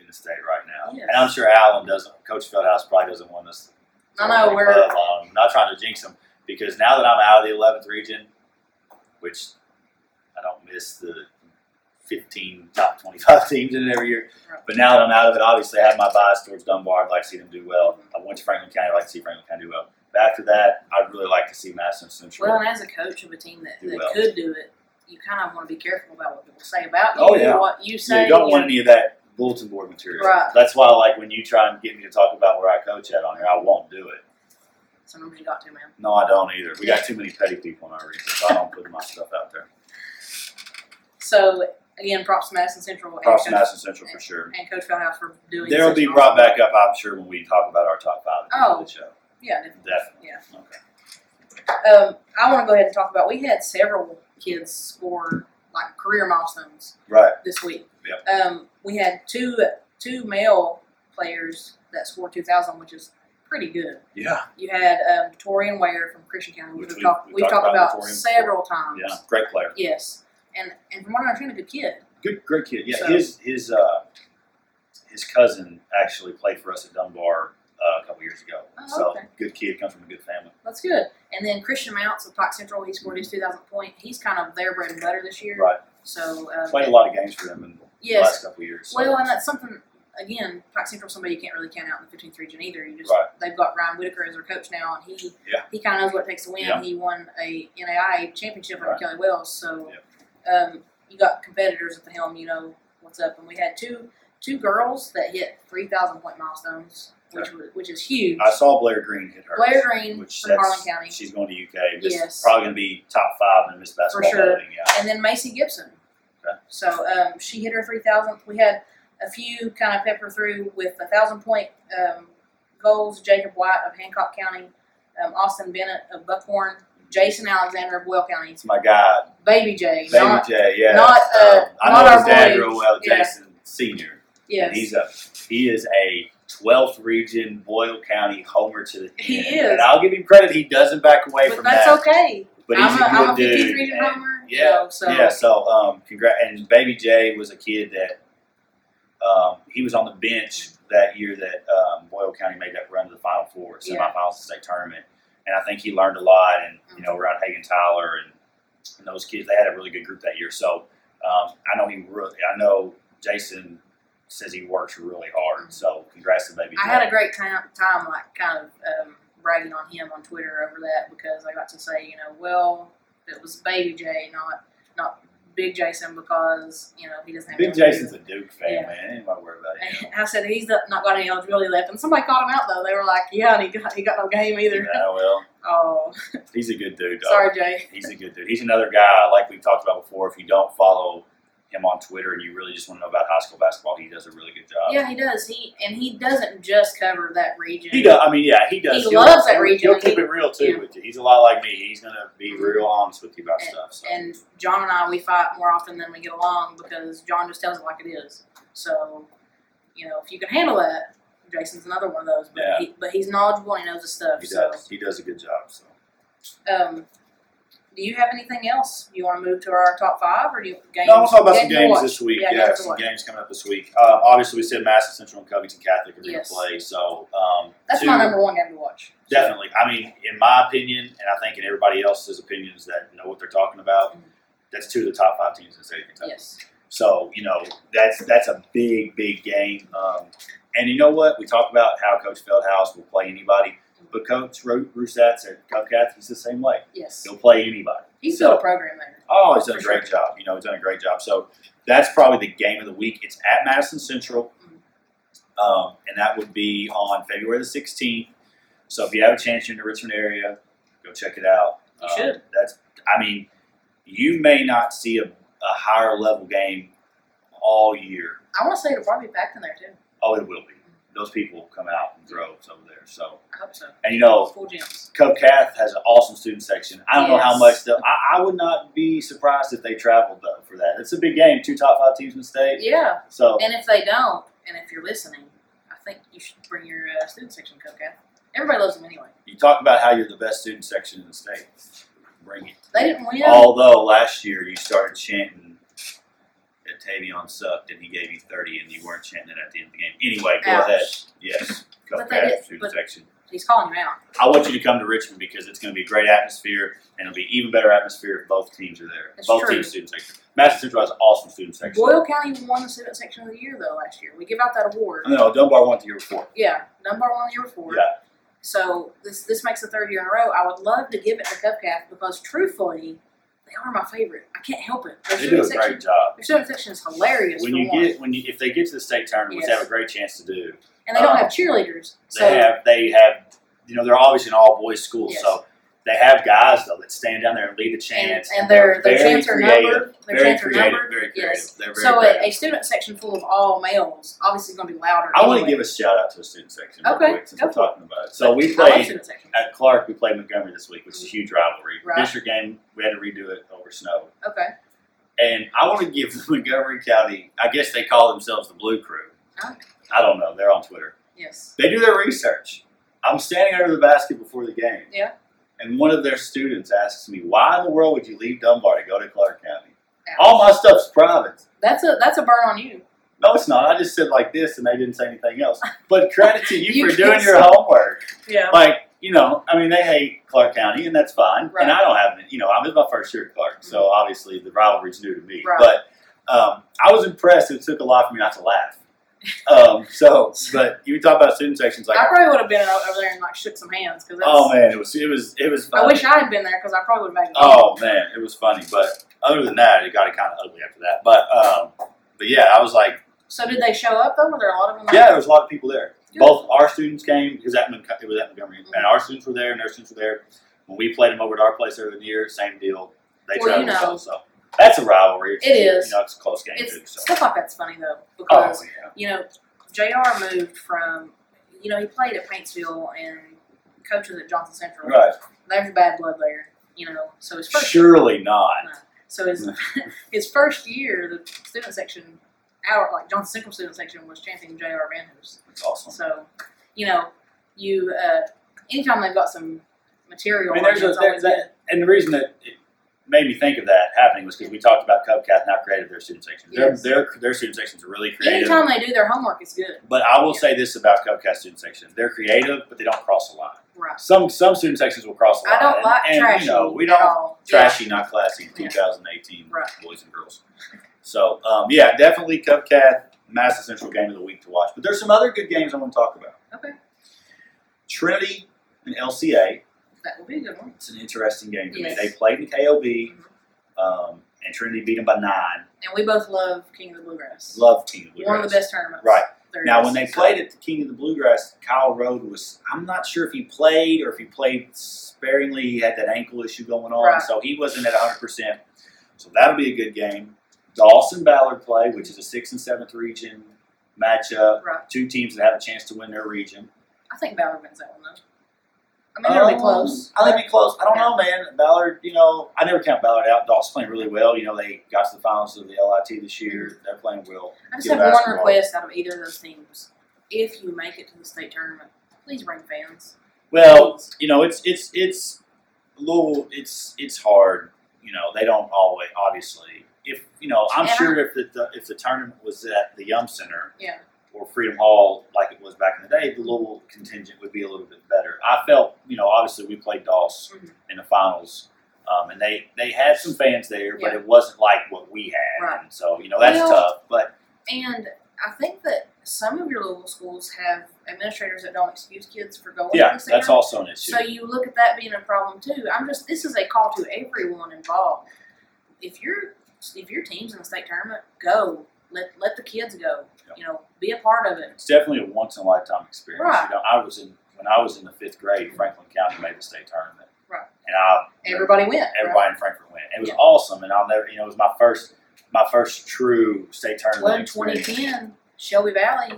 S2: in the state right now.
S1: Yes.
S2: And I'm sure Allen doesn't Coach Feldhouse probably doesn't want us
S1: I know,
S2: to
S1: we're-
S2: live long. I'm not trying to jinx them because now that I'm out of the eleventh region, which I don't miss the fifteen top twenty five teams in it every year.
S1: Right.
S2: But now that I'm out of it, obviously I have my bias towards Dunbar. I'd like to see them do well. I went to Franklin County, I'd like to see Franklin County do well. But after that, I'd really like to see Madison Central.
S1: Well, and as a coach of a team that,
S2: Do
S1: that
S2: well.
S1: could do it, you kind of want to be careful about what people say about you,
S2: Oh, yeah.
S1: what you
S2: Yeah,
S1: say.
S2: you don't want any of that bulletin board material.
S1: Right.
S2: That's why, like, when you try and get me to talk about where I coach at on here, I won't do it.
S1: Sometimes you got to, man.
S2: No, I don't either. We got too many petty people in our region, so I don't put my stuff out there.
S1: So again, props to Madison Central and
S2: Props to
S1: Coach,
S2: Madison Central for sure.
S1: and Coach Feldhouse for doing.
S2: They'll
S1: such
S2: be
S1: an
S2: brought
S1: awesome-
S2: back up, I'm sure, when we talk about our top five at the end of the show.
S1: Yeah, definitely.
S2: Definitely.
S1: Oh. Yeah.
S2: Okay.
S1: Um, I want to go ahead and talk about. We had several kids score like career milestones
S2: Right.
S1: this week. Um, we had two two male players that scored two thousand, which is pretty good.
S2: Yeah.
S1: You had um, Torian Ware from Christian County, which
S2: Which
S1: we've
S2: we-
S1: talked
S2: we
S1: we've
S2: talked
S1: talked
S2: about
S1: about
S2: Torian
S1: several times.
S2: Yeah. Great player.
S1: Yes, and and from what I understand, a good kid.
S2: Good, great kid. Yeah,
S1: So-
S2: his his uh, his cousin actually played for us at Dunbar uh, a couple years ago.
S1: Oh,
S2: so
S1: okay.
S2: good kid, comes from a good family.
S1: That's good. And then Christian Mounts of Pike Central, he scored his two thousand point. He's kind of their bread and butter this year.
S2: Right.
S1: So um,
S2: Played a lot of games for them in the
S1: yes,
S2: last couple of years. so-
S1: Well, and that's something again, Pike Central, somebody you can't really count out in the 15th region either. You just
S2: Right.
S1: they've got Ryan Whitaker as their coach now, and he
S2: Yeah.
S1: he kind of knows what it takes to win.
S2: Yeah.
S1: He won a NAI championship under
S2: Right.
S1: Kelly Wells, so um, you got competitors at the helm. You know what's up, and we had two two girls that hit 3,000 point milestones, which was, which is huge.
S2: I saw Blair Green hit her.
S1: Blair Green
S2: which
S1: from
S2: that's-
S1: Harlan County,
S2: She's going to UK. Miss,
S1: Yes.
S2: Probably going to be top five in Miss Basketball
S1: sure.
S2: voting, Yeah.
S1: and then Macy Gibson.
S2: Okay.
S1: So um, she hit her 3,000th. We had a few kind of pepper through with a 1,000 point um, goals. Jacob White of Hancock County, um, Austin Bennett of Buckhorn, Jason Alexander of Boyle County,
S2: It's my guy,
S1: Baby J.
S2: Baby
S1: not,
S2: J. Yeah. Um,
S1: not, uh,
S2: I
S1: not
S2: know his
S1: our
S2: dad
S1: boys.
S2: real well,
S1: Yeah.
S2: Jason Senior.
S1: yes.
S2: And he's a he is a 12th region Boyle County homer to the end.
S1: He is.
S2: And I'll give him credit; he doesn't back away
S1: but
S2: from
S1: that's
S2: that.
S1: okay.
S2: But he's
S1: I'm a,
S2: a good
S1: I'm a 53
S2: dude.
S1: year
S2: and-
S1: homer. you
S2: yeah,
S1: know, so
S2: Yeah. So, um, congrats. And Baby J was a kid that um, he was on the bench that year that um, Boyle County made that run to the Final Four,
S1: Yeah.
S2: semifinals of the state tournament, and I think he learned a lot. And you know, around Hagen Tyler and, and those kids, they had a really good group that year. So um, I know he really. I know Jason says he works really hard. So congrats to Baby
S1: Mm-hmm. I
S2: J.
S1: had a great time, time like kind of um, bragging on him on Twitter over that because I got to say, you know, well, it was Baby J, not not Big Jason because you know he doesn't have.
S2: Big
S1: any-
S2: Jason's a Duke fan,
S1: Yeah.
S2: man. Ain't nobody worried about him.
S1: And I said he's not not got any eligibility left, and somebody caught him out though. They were like, yeah, and he got he got no game either.
S2: Yeah, well,
S1: Oh,
S2: he's a good dude. Though.
S1: sorry, Jay.
S2: He's a good dude. He's another guy, like we talked about before. If you don't follow him on Twitter and you really just want to know about high school basketball, he does a really good job.
S1: Yeah, he does. He and he doesn't just cover that region.
S2: He does. I mean, yeah, he does.
S1: He
S2: He'll-
S1: loves that
S2: he'll-
S1: region.
S2: He'll keep it real too
S1: Yeah.
S2: with you. He's a lot like me. He's gonna be
S1: Mhm.
S2: real honest with you about stuff. So.
S1: And John and I, we fight more often than we get along because John just tells it like it is. So, you know, if you can handle that, Jason's another one of those. But,
S2: Yeah.
S1: he, but he's knowledgeable and he knows his stuff.
S2: he
S1: so,
S2: does. He does a good job. So
S1: um, do you have anything else? You want to move to our top five or do you games?
S2: no, we'll talk about some
S1: to
S2: games
S1: watch.
S2: this week.
S1: Yeah,
S2: Yeah,
S1: games to
S2: some
S1: watch.
S2: games coming up this week. Um, obviously, we said Madison Central and Covington Catholic are going to
S1: Yes.
S2: play. So um,
S1: That's
S2: two,
S1: my number one game to watch.
S2: Definitely. I mean, in my opinion, and I think in everybody else's opinions that know what they're talking about,
S1: Mhm.
S2: that's two of the top five teams in the state of Kentucky.
S1: Yes.
S2: So you know that's that's a big big game. Um, and you know what? We talk about how Coach Feldhouse will play anybody, but Coach Ru- Rusatz at Cubcats, he's the same way.
S1: Yes.
S2: He'll play anybody.
S1: He's
S2: So-
S1: built a program there.
S2: Oh, he's done a
S1: For
S2: great job. You know, he's done a great job. So that's probably the game of the week. It's at Madison Central, um, and that would be on February the 16th. So if you have a chance, you're in the Richmond area, go check it out. Um,
S1: You should.
S2: That's. I mean, you may not see a, a higher level game all year.
S1: I want to say it'll probably be packed in there too.
S2: Oh, it will be. Those people will come out in droves over there. So,
S1: I hope so.
S2: and you know,
S1: Full gyms.
S2: Cub Cath has an awesome student section. I don't know how
S1: Yes.
S2: much the, I, I would not be surprised if they traveled though for that. It's a big game, two top five teams in the state.
S1: Yeah.
S2: So
S1: And if they don't, and if you're listening, I think you should bring your uh, student section cook out. Everybody loves them anyway.
S2: You talk about how you're the best student section in the state. Bring it.
S1: They didn't win.
S2: Although last year you started chanting that Tavion sucked and he gave you 30 and you weren't chanting it at the end of the game. Anyway, go
S1: Ouch.
S2: ahead. Yes.
S1: But
S2: Cup
S1: they did-
S2: student
S1: but-
S2: section.
S1: He's calling you out.
S2: I want you to come to Richmond because it's going to be a great atmosphere, and it'll be even better atmosphere if both teams are there.
S1: That's
S2: both
S1: true.
S2: teams student section. Madison Central has an awesome student section.
S1: Boyle County won the student section of the year though last year. We give out that award.
S2: No, Dunbar won the year before.
S1: Yeah, Dunbar won the year before.
S2: Yeah,
S1: So this this makes the third year in a row. I would love to give it to Cupcalf because truthfully, they are my favorite. I can't help it. Their
S2: they do
S1: student
S2: a
S1: section,
S2: great job.
S1: their student section is hilarious
S2: When
S1: for
S2: you
S1: one.
S2: get when you if they get to the state tournament, which they
S1: Yes.
S2: have a great chance to do,
S1: and they don't
S2: uh,
S1: have cheerleaders. So
S2: they have they have you know they're obviously an all boys school,
S1: Yes.
S2: so they have guys though that stand down there and lead the
S1: and,
S2: chants.
S1: and their their
S2: very
S1: chants are
S2: creative,
S1: numbered. Their
S2: very
S1: chants are
S2: creative,
S1: numbered.
S2: very creative.
S1: Yes.
S2: They're very
S1: So
S2: creative.
S1: a, a student section full of all males obviously is going to be louder.
S2: I want to
S1: anyway.
S2: give a shout out to the student section. real
S1: Okay,
S2: quick, since
S1: go
S2: we're
S1: for it.
S2: talking about it. So we
S1: I love
S2: played
S1: student section.
S2: at Clark, we played Montgomery this week, which is a huge rivalry.
S1: Right.
S2: District game, we had to redo it over snow.
S1: Okay.
S2: And I want to give Montgomery County, I guess they call themselves the Blue Crew.
S1: Okay.
S2: I don't know. They're on Twitter.
S1: Yes.
S2: They do their research. I'm standing under the basket before the game.
S1: Yeah.
S2: And one of their students asks me, why in the world would you leave Dunbar to go to Clark County?
S1: Ouch.
S2: All my stuff's private.
S1: that's a that's a burn on you.
S2: No, it's not. I just said like this and they didn't say anything else. But credit to you,
S1: You
S2: for doing
S1: can't
S2: your
S1: say-
S2: homework.
S1: Yeah.
S2: like you know, I mean, they hate Clark County, and that's fine.
S1: Right. Mm-hmm.
S2: And I don't have, any- you know, I was my first year at Clark, so obviously the rivalry's new to me.
S1: Right.
S2: But um, I was impressed. It took a lot for me not to laugh. Um, so, but you talk about student sections, like,
S1: I probably would have been o- over there and like shook some hands because
S2: oh man, it was, it was, it was.
S1: I
S2: Funny.
S1: wish I had been there because I probably would have.
S2: oh man, it was funny. But other than that, it got kind of ugly after that. But um, but yeah, I was like,
S1: So did they show up though? Were there a lot of them? there?
S2: yeah, there was a lot of people there.
S1: Good.
S2: Both our students came because that Monco- it was at Montgomery, and our students were there, and their students were there. When we played them over at our place earlier in the year, same deal. They
S1: Well, you
S2: traveled
S1: know.
S2: well, so that's a rivalry. It's-
S1: It is.
S2: You know, it's a close game too.
S1: It's
S2: So.
S1: stuff like that's funny though
S2: Oh
S1: because
S2: yeah.
S1: you know Jr. moved from you know he played at Paintsville and coaches at Johnson Central.
S2: Right.
S1: There's bad blood there, you know. So his first
S2: Surely not.
S1: so his his first year the student section our like Johnson Central student section was chanting Jr. Van Hoos.
S2: It's awesome.
S1: So you know you uh, anytime they've got some material,
S2: I mean, there's a-
S1: it's always
S2: there's that- And the reason that it made me think of that happening was because we talked about Cubcat and how creative their student sections.
S1: Yes.
S2: Their, their their student sections are really
S1: good.
S2: creative.
S1: Anytime they do their homework, it's good.
S2: But I will say this about Cubcat student sections: they're creative, but they don't cross the line.
S1: Right.
S2: Some some student sections will cross the line.
S1: I don't
S2: and-
S1: like
S2: and,
S1: trashy
S2: You know, we
S1: at
S2: don't
S1: all.
S2: trashy, not classy,
S1: Yeah.
S2: 2018
S1: Right.
S2: boys and girls. So um, yeah, definitely Cupcat, Mass Central game of the week to watch. But there's some other good games I want to talk about.
S1: Yeah. Okay,
S2: Trinity and LCA.
S1: that will be a good one.
S2: It's an interesting game to
S1: Yes. Mm-hmm.
S2: me. They played in KOB, um, and Trinity beat them by nine.
S1: And we both love King of the Bluegrass.
S2: Love King of the
S1: One
S2: Bluegrass.
S1: of the best tournaments.
S2: Right.
S1: there
S2: Now,
S1: is.
S2: when they
S1: So,
S2: played at the King of the Bluegrass, Kyle Road was, I'm not sure if he played or if he played sparingly. He had that ankle issue going on,
S1: Right.
S2: so he wasn't at 100%. So that'll be a good game. Dawson Ballard play, which is a 6th and 7th region matchup.
S1: Right.
S2: Two teams that have a chance to win their region.
S1: I think Ballard wins that one though. I mean, they're really
S2: Um,
S1: close.
S2: I think it'll be close. I don't know, man. Ballard, you know, I never count Ballard out. Dawson's playing really well. You know, they got to the finals of the LIT this year. They're playing well.
S1: I just
S2: good
S1: have one
S2: basketball.
S1: request out of either of those teams. If you make it to the state tournament, please bring fans.
S2: Well,
S1: Please.
S2: you know, it's it's it's Louisville. It's it's hard. You know, they don't always obviously. If you know, I'm
S1: And
S2: sure if the, the if the tournament was at the Yum Center
S1: Yeah.
S2: or Freedom Hall like it was back in the day, the Louisville contingent would be a little bit better. I felt, you know, obviously we played Doss
S1: Mhm.
S2: in the finals. Um, and they, they had some fans there, but
S1: Yeah.
S2: it wasn't like what we had.
S1: Right.
S2: And so, you know, that's
S1: Well,
S2: tough. But
S1: And I think that some of your local schools have administrators that don't excuse kids for going to
S2: yeah,
S1: the state
S2: that's
S1: tournament.
S2: also an issue.
S1: So you look at that being a problem too. I'm just this is a call to everyone involved. If your if your team's in the state tournament, go. Let let the kids go.
S2: Yep.
S1: You know, be a part of it.
S2: It's definitely a once in a lifetime experience.
S1: Right.
S2: You know, I was in when I was in the fifth grade, Franklin County made the state tournament.
S1: Right.
S2: And I
S1: Everybody went.
S2: everybody in Franklin went. It was
S1: Yeah.
S2: awesome and I'll never you know, it was my first my first true state
S1: Right? Well,
S2: tournament.
S1: in
S2: experience.
S1: 2010, Shelby Valley,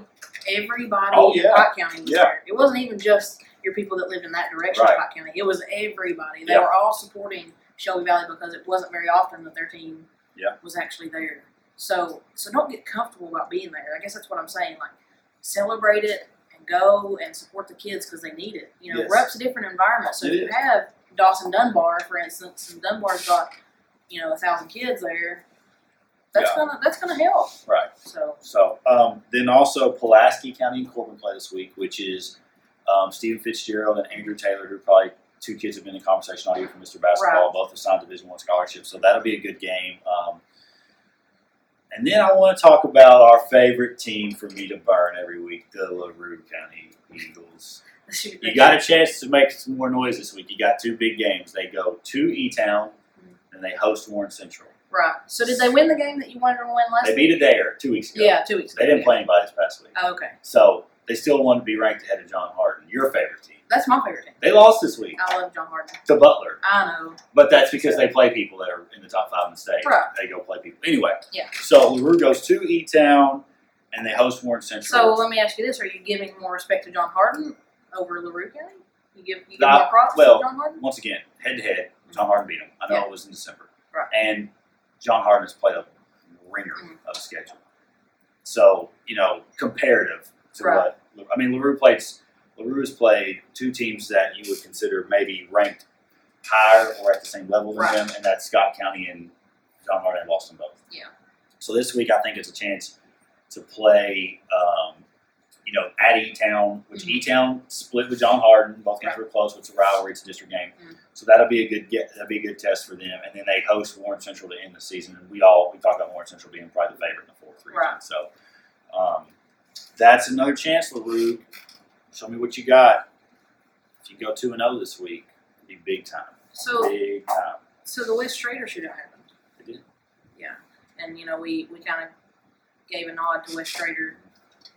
S1: everybody
S2: Oh,
S1: in
S2: yeah.
S1: Pike County was
S2: Yeah.
S1: there. It wasn't even just your people that lived in that direction
S2: Right.
S1: of Pike County. It was everybody. They
S2: Yeah.
S1: were all supporting Shelby Valley because it wasn't very often that their team
S2: Yeah.
S1: was actually there. So so don't get comfortable about being there. I guess that's what I'm saying. Like celebrate it, go and support the kids because they need it. You know,
S2: Yes.
S1: Rupp's a different environment. So
S2: It
S1: if you
S2: is.
S1: have Dawson Dunbar, for instance, and Dunbar's got you know a thousand kids there, that's
S2: Yeah.
S1: gonna that's gonna help.
S2: Right.
S1: So
S2: So um, then also Pulaski County and Corbin play this week, which is um, Stephen Fitzgerald and Andrew Taylor, who probably two kids have been in conversation all year for Mr. Basketball. Both have signed Division One scholarships, so that'll be a good game. Um, and then I want to talk about our favorite team for me to burn every week, the LaRue County Eagles. You got a chance to make some more noise this week. You got two big games. They go to E Town and they host Warren Central.
S1: right. So did they win the game that you wanted them to win last?
S2: They beat it there two weeks ago.
S1: yeah, two weeks.
S2: They
S1: ago,
S2: didn't play anybody this past week.
S1: yeah. Oh, okay,
S2: So they still want to be ranked ahead of John Harden, your favorite team.
S1: that's my favorite team.
S2: They lost this week
S1: I love John Harden.
S2: to Butler,
S1: I know.
S2: but that's because they play people that are in the top five in the state.
S1: Right.
S2: They go play people anyway.
S1: Yeah.
S2: So Larue goes to E Town, and they host Warren
S1: So
S2: Central.
S1: let me ask you this: Are you giving more respect to John Harden over LaRue County? You give you give
S2: Nah,
S1: more props
S2: well,
S1: to John Harden?
S2: once again, head to head, John Harden beat him. I know
S1: Yeah.
S2: it was in December,
S1: Right.
S2: and John Harden has played a ringer
S1: Mhm.
S2: of a schedule. So you know, comparative to
S1: Right.
S2: what I mean, Larue plays. Larue has played two teams that you would consider maybe ranked higher or at the same level than
S1: Right.
S2: them, and that's Scott County and John Harden have lost them both.
S1: Yeah.
S2: So this week, I think it's a chance to play. Um, you know, at E Town, which
S1: Mhm.
S2: E Town split with John Harden, both games were close. It's a rivalry, it's a district game.
S1: Mm.
S2: So that'll be a good get. That'll be a good test for them. And then they host Warren Central to end the season. And we all we talk about Warren Central being probably the favorite in the fourth region.
S1: Right.
S2: So um, that's another chance, Larue. Show me what you got. If you go two and zero this week, it'd be big time.
S1: So
S2: big time.
S1: so the West Trader shootout happened,
S2: It did.
S1: and you know we we kind of gave a nod to West Trader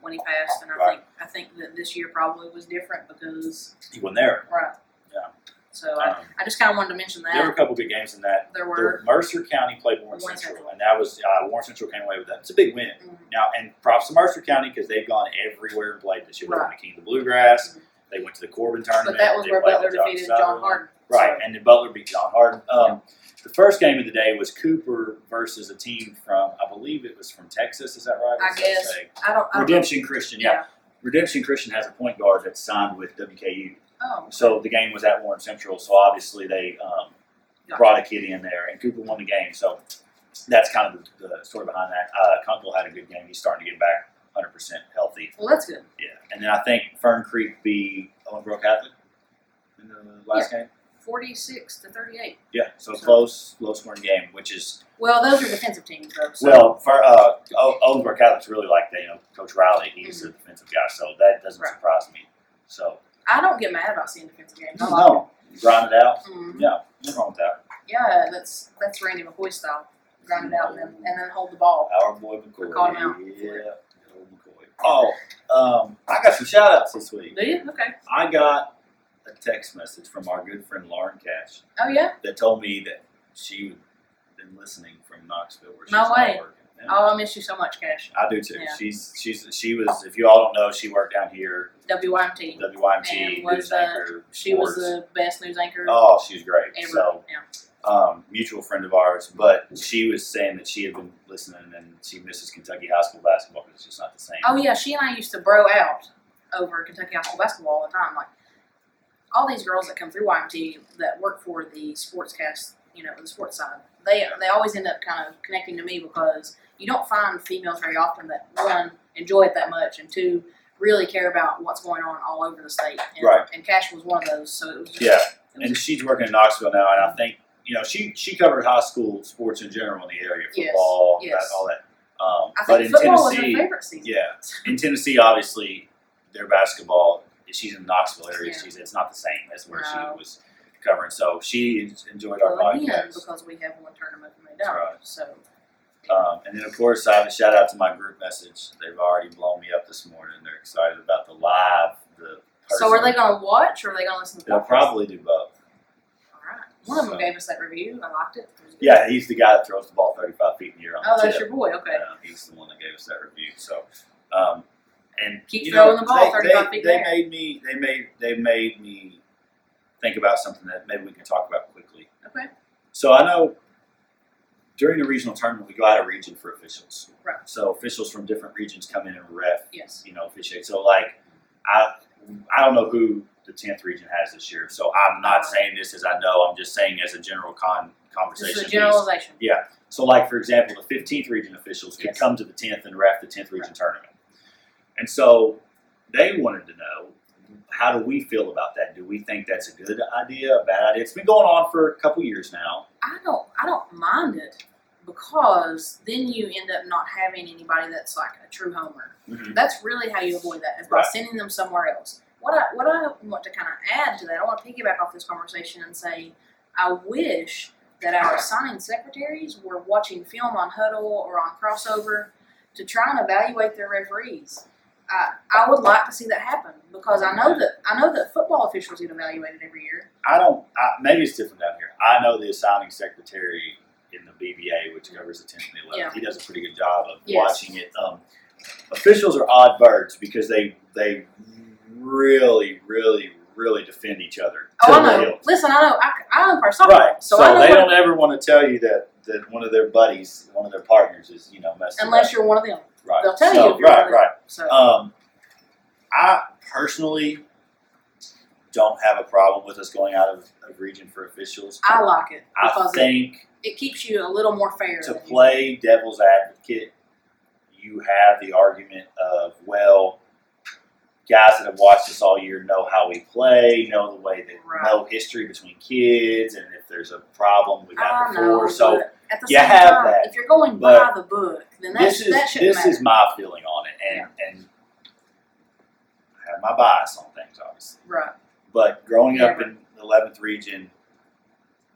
S1: when he passed, and I
S2: Right.
S1: think I think that this year probably was different because
S2: He won there.
S1: right.
S2: Yeah.
S1: So Oh, I,
S2: Um,
S1: I just kind of wanted to mention
S2: there were a
S1: that
S2: couple good games in that.
S1: there
S2: The
S1: were.
S2: Mercer County played Warren
S1: Warren
S2: Central,
S1: Central.
S2: and that was uh, Warren Central came away with that. It's a big win.
S1: Mhm.
S2: Now, and props to Mercer County because they've gone everywhere and played this year. They
S1: Right.
S2: went to King of the Bluegrass.
S1: Mhm.
S2: They went to the Corbin tournament.
S1: But that was
S2: They
S1: where
S2: played
S1: Butler
S2: with Josh
S1: defeated John
S2: Sutherland.
S1: Harden.
S2: Right, and then Butler beat John Harden. Um, The first game of the day was Cooper versus a team from, I believe it was from Texas. Is that right?
S1: I
S2: Or Salt
S1: guess.
S2: Lake?
S1: So I don't. I don't
S2: Redemption Christian, yeah. Redemption Christian has a point guard that's signed with WKU.
S1: Oh.
S2: So the game was at Warren Central. So obviously they um,
S1: Gotcha.
S2: brought a kid in there, and Cooper won the game. So that's kind of the, the story behind that. Uh, Kunkel had a good game. He's starting to get back 100% healthy.
S1: Well, that's good.
S2: Yeah. And then I think Fern Creek beat Owenboro Catholic in the last game.
S1: Forty-six to thirty-eight.
S2: Yeah, so
S1: So-
S2: close, low scoring game, which is
S1: Well, those are defensive teams, though. So.
S2: well for uh, O- Owensboro Catholic's really like that. You know, Coach Riley, he's a defensive guy, so that
S1: Mm-hmm.
S2: doesn't
S1: Right.
S2: surprise me. So
S1: I don't get mad about seeing defensive games. I like
S2: no, you grind it out.
S1: it. Mm,
S2: Yeah, nothing wrong with that.
S1: yeah, that's that's Randy McCoy style. Grind it out and then, and then hold the ball.
S2: Our boy McCoy.
S1: Call him out.
S2: Yeah, good old McCoy. Oh, um, I got some shout outs this week.
S1: Do you? Okay.
S2: I got a text message from our good friend Lauren Cash
S1: Oh yeah.
S2: that told me that she had been listening from Knoxville where she's
S1: No
S2: not
S1: way.
S2: working. Yeah.
S1: Oh, I miss you so much, Cash.
S2: I do too.
S1: Yeah.
S2: She's she's she was. If you all don't know, she worked down here
S1: WYMT.
S2: WYMT
S1: And was
S2: news
S1: the-
S2: anchor.
S1: She was
S2: sports.
S1: the best news anchor
S2: oh, she's great.
S1: ever.
S2: So
S1: yeah.
S2: um, mutual friend of ours, but she was saying that she had been listening and she misses Kentucky high school basketball because it's just not the same.
S1: Oh yeah, she and I used to bro out over Kentucky high school basketball all the time. Like all these girls that come through YMT that work for the sportscast, you know, the sports side, they they always end up kind of connecting to me because you don't find females very often that one enjoy it that much and two really care about what's going on all over the state. And,
S2: Right.
S1: And Cash was one of those, so it was just,
S2: Yeah,
S1: It was
S2: and she's working in Knoxville now, and I think you know she she covered high school sports in general in the area,
S1: Yes,
S2: football,
S1: yes.
S2: That, all that. Um,
S1: I
S2: but
S1: think
S2: in
S1: football
S2: Tennessee,
S1: was her favorite season.
S2: yeah, in Tennessee, obviously, their basketball. She's in the Knoxville area.
S1: Yeah.
S2: She's it's not the same. That's where
S1: No.
S2: she was covering. So she en- enjoyed our
S1: Well, again,
S2: podcast.
S1: because we have one tournament and they
S2: That's
S1: don't.
S2: right.
S1: So
S2: Um, and then of course, I have a shout out to my group message. They've already blown me up this morning. They're excited about the live. The
S1: so are they
S2: person.
S1: gonna watch or are they gonna listen to
S2: They'll
S1: podcasts?
S2: probably do both.
S1: Alright. One of them
S2: So-
S1: gave us that review. I liked it. It was good.
S2: Yeah, he's the guy that throws the ball thirty five feet in the air on
S1: Oh,
S2: the
S1: that's
S2: tip.
S1: your boy. Okay.
S2: Uh, he's the one that gave us that review. So, um, and
S1: Keep
S2: you
S1: throwing
S2: know,
S1: the ball
S2: they,
S1: 35
S2: they,
S1: feet
S2: they
S1: there.
S2: made me. They made. They made me think about something that maybe we can talk about quickly.
S1: Okay.
S2: So I know during the regional tournament we go out of region for officials.
S1: Right.
S2: So officials from different regions come in and ref.
S1: Yes.
S2: You know, officiate. So like, I I don't know who the tenth region has this year, so I'm not saying this as I know. I'm just saying as a general con
S1: This
S2: conversation.
S1: is a
S2: piece.
S1: generalization.
S2: So, like for example, the fifteenth region officials could
S1: Yes.
S2: come to the tenth and ref the tenth region tournament, and so they wanted to know how do we feel about that? Do we think that's a good idea, a bad idea? It's been going on for a couple years now.
S1: I don't I don't mind it because then you end up not having anybody that's like a true homer. That's really how you avoid that is by
S2: Right.
S1: sending them somewhere else. What I what I want to kind of add to that, I want to piggyback off this conversation and say, I wish that our assigning secretaries were watching film on huddle or on crossover to try and evaluate their referees. I I would like to see that happen because I know that I know that football officials get evaluated every year.
S2: I don't. I, maybe it's different down here. I know the assigning secretary in the BBA, which covers the tenth and eleventh.
S1: Yeah.
S2: He does a pretty good job of
S1: Yes.
S2: watching it. Um, officials are odd birds because they they really, really, really defend each other.
S1: Oh, I
S2: to the
S1: know.
S2: hilt.
S1: Listen, I know. I, I umpire soccer,
S2: Right.
S1: so,
S2: So,
S1: I know
S2: they
S1: what-
S2: don't ever want to tell you that that one of their buddies, one of their partners, is you know messing
S1: unless you're one of them.
S2: up. Right.
S1: they'll tell
S2: So-
S1: you if you're
S2: right.
S1: on it.
S2: Right.
S1: So
S2: Um, I personally don't have a problem with us going out of, of region for officials.
S1: I like it
S2: I
S1: because it,
S2: think
S1: it keeps you a little more fair.
S2: to
S1: than you-
S2: play devil's advocate, you have the argument of, well, guys that have watched us all year know how we play, know the way that
S1: Right.
S2: know history between kids, and if there's a problem we've had
S1: I
S2: before.
S1: know,
S2: so
S1: but at the
S2: you
S1: same
S2: have
S1: time,
S2: that.
S1: if you're going by
S2: But
S1: the book, then that's,
S2: this is
S1: that shouldn't
S2: this
S1: matter.
S2: is my feeling on it, and and I have my bias on things, obviously.
S1: right.
S2: But growing up in the 11th region,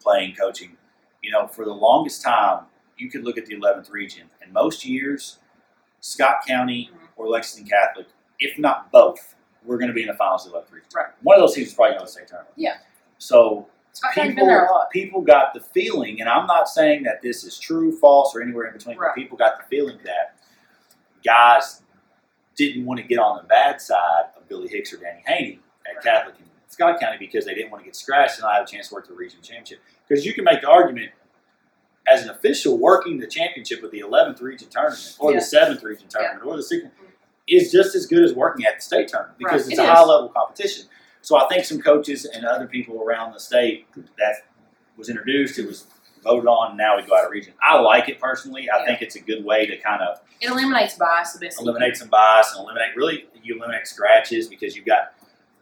S2: playing, coaching, you know, for the longest time, you could look at the 11th region, and most years, Scott County
S1: Mhm.
S2: or Lexington Catholic, if not both, we're going to be in the finals of the 11th region.
S1: Right.
S2: One of those teams is probably going to the state tournament.
S1: Yeah.
S2: So
S1: Scott County's been
S2: people,
S1: there a lot.
S2: people got the feeling, and I'm not saying that this is true, false, or anywhere in between,
S1: Right.
S2: but people got the feeling that guys didn't want to get on the bad side of Billy Hicks or Danny Haney at
S1: Right.
S2: Catholic and Scott County because they didn't want to get scratched and not have a chance to work the region championship. Because you can make the argument as an official working the championship with the 11th region tournament or
S1: Yeah.
S2: the 7th region tournament or the 6th is just as good as working at the state tournament because
S1: Right.
S2: it's
S1: It
S2: a
S1: is.
S2: high level competition. So I think some coaches and other people around the state that was introduced, it was voted on, now we go out of region. I like it personally. I
S1: Yeah.
S2: think it's a good way to kind of
S1: It eliminates bias the best. it
S2: eliminate some bias and eliminate really you eliminate scratches because you've got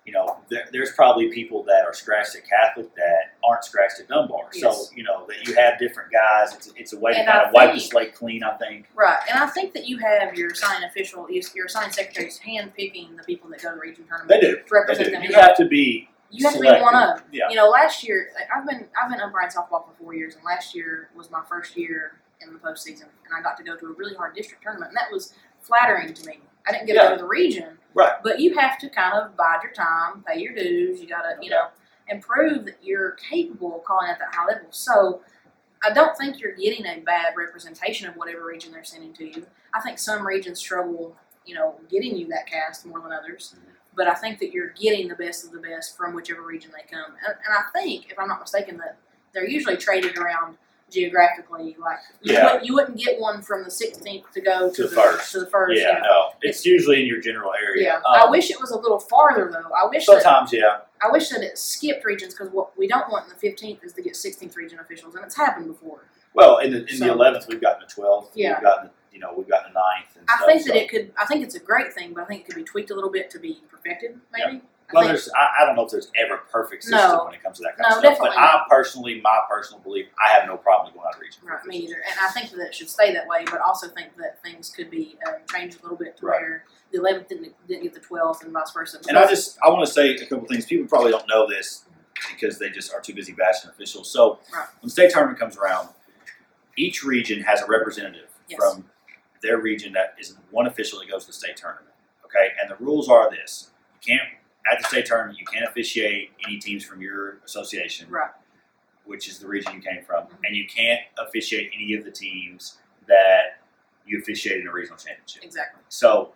S2: you know there, there's probably people that are scratched at Catholic that aren't scratched at Dunbar. So
S1: Yes.
S2: you know that you have different guys. It's, it's a way
S1: And
S2: to kind
S1: I
S2: of wipe the
S1: think-
S2: slate clean. I think.
S1: can. Right, and I think that you have your assigned official, your assigned secretaries hand picking the people that go to the region tournament
S2: They do.
S1: to
S2: They
S1: represent
S2: do.
S1: them.
S2: You have to be.
S1: You have to be
S2: selective.
S1: one of.
S2: Yeah.
S1: You know, last year like, I've been I've been umpiring softball for four years, and last year was my first year in the postseason, and I got to go to a really hard district tournament, and that was flattering to me. I didn't get to go
S2: Yeah.
S1: to the region,
S2: Right.
S1: But you have to kind of bide your time, pay your dues. You gotta, you know, and prove that you're capable of calling at that high level. So. I don't think you're getting a bad representation of whatever region they're sending to you. I think some regions struggle, you know, getting you that cast more than others.
S2: Mhm.
S1: But I think that you're getting the best of the best from whichever region they come. And, and I think, if I'm not mistaken, that they're usually traded around geographically. Like you,
S2: Yeah.
S1: wouldn't, you wouldn't get one from the 16th to go to,
S2: To first.
S1: to the first.
S2: Yeah,
S1: you know.
S2: no. It's usually in your general area.
S1: Yeah.
S2: Um,
S1: I wish it was a little farther though. I wish that
S2: sometimes, yeah.
S1: I wish that it skipped regions because what we don't want in the 15th is to get 16th region officials, and it's happened before.
S2: Well, in the in
S1: So-
S2: the eleventh, we've gotten the twelfth.
S1: Yeah.
S2: We've gotten you know we've gotten the 9th And
S1: I
S2: stuff,
S1: think
S2: so.
S1: that it could. I think it's a great thing, but I think it could be tweaked a little bit to be perfected, maybe. I
S2: Well,
S1: think,
S2: there's I, I don't know if there's ever a perfect system
S1: No.
S2: when it comes to that kind
S1: No,
S2: of stuff. But
S1: definitely
S2: I personally, my personal belief, I have no problem with going out of region.
S1: right, me either. And I think that it should stay that way, but also think that things could be um, changed a little bit to
S2: Right.
S1: where the 11th didn't, didn't get the 12th and vice versa.
S2: And I just I want to say a couple things. People probably don't know this because they just are too busy bashing officials. So
S1: Right.
S2: when the state tournament comes around, each region has a representative
S1: Yes.
S2: from their region that is one official that goes to the state tournament. Okay, and the rules are this: you can't at the state tournament you can't officiate any teams from your association,
S1: Right.
S2: which is the region you came from,
S1: Mhm.
S2: and you can't officiate any of the teams that you officiate in a regional championship.
S1: exactly.
S2: So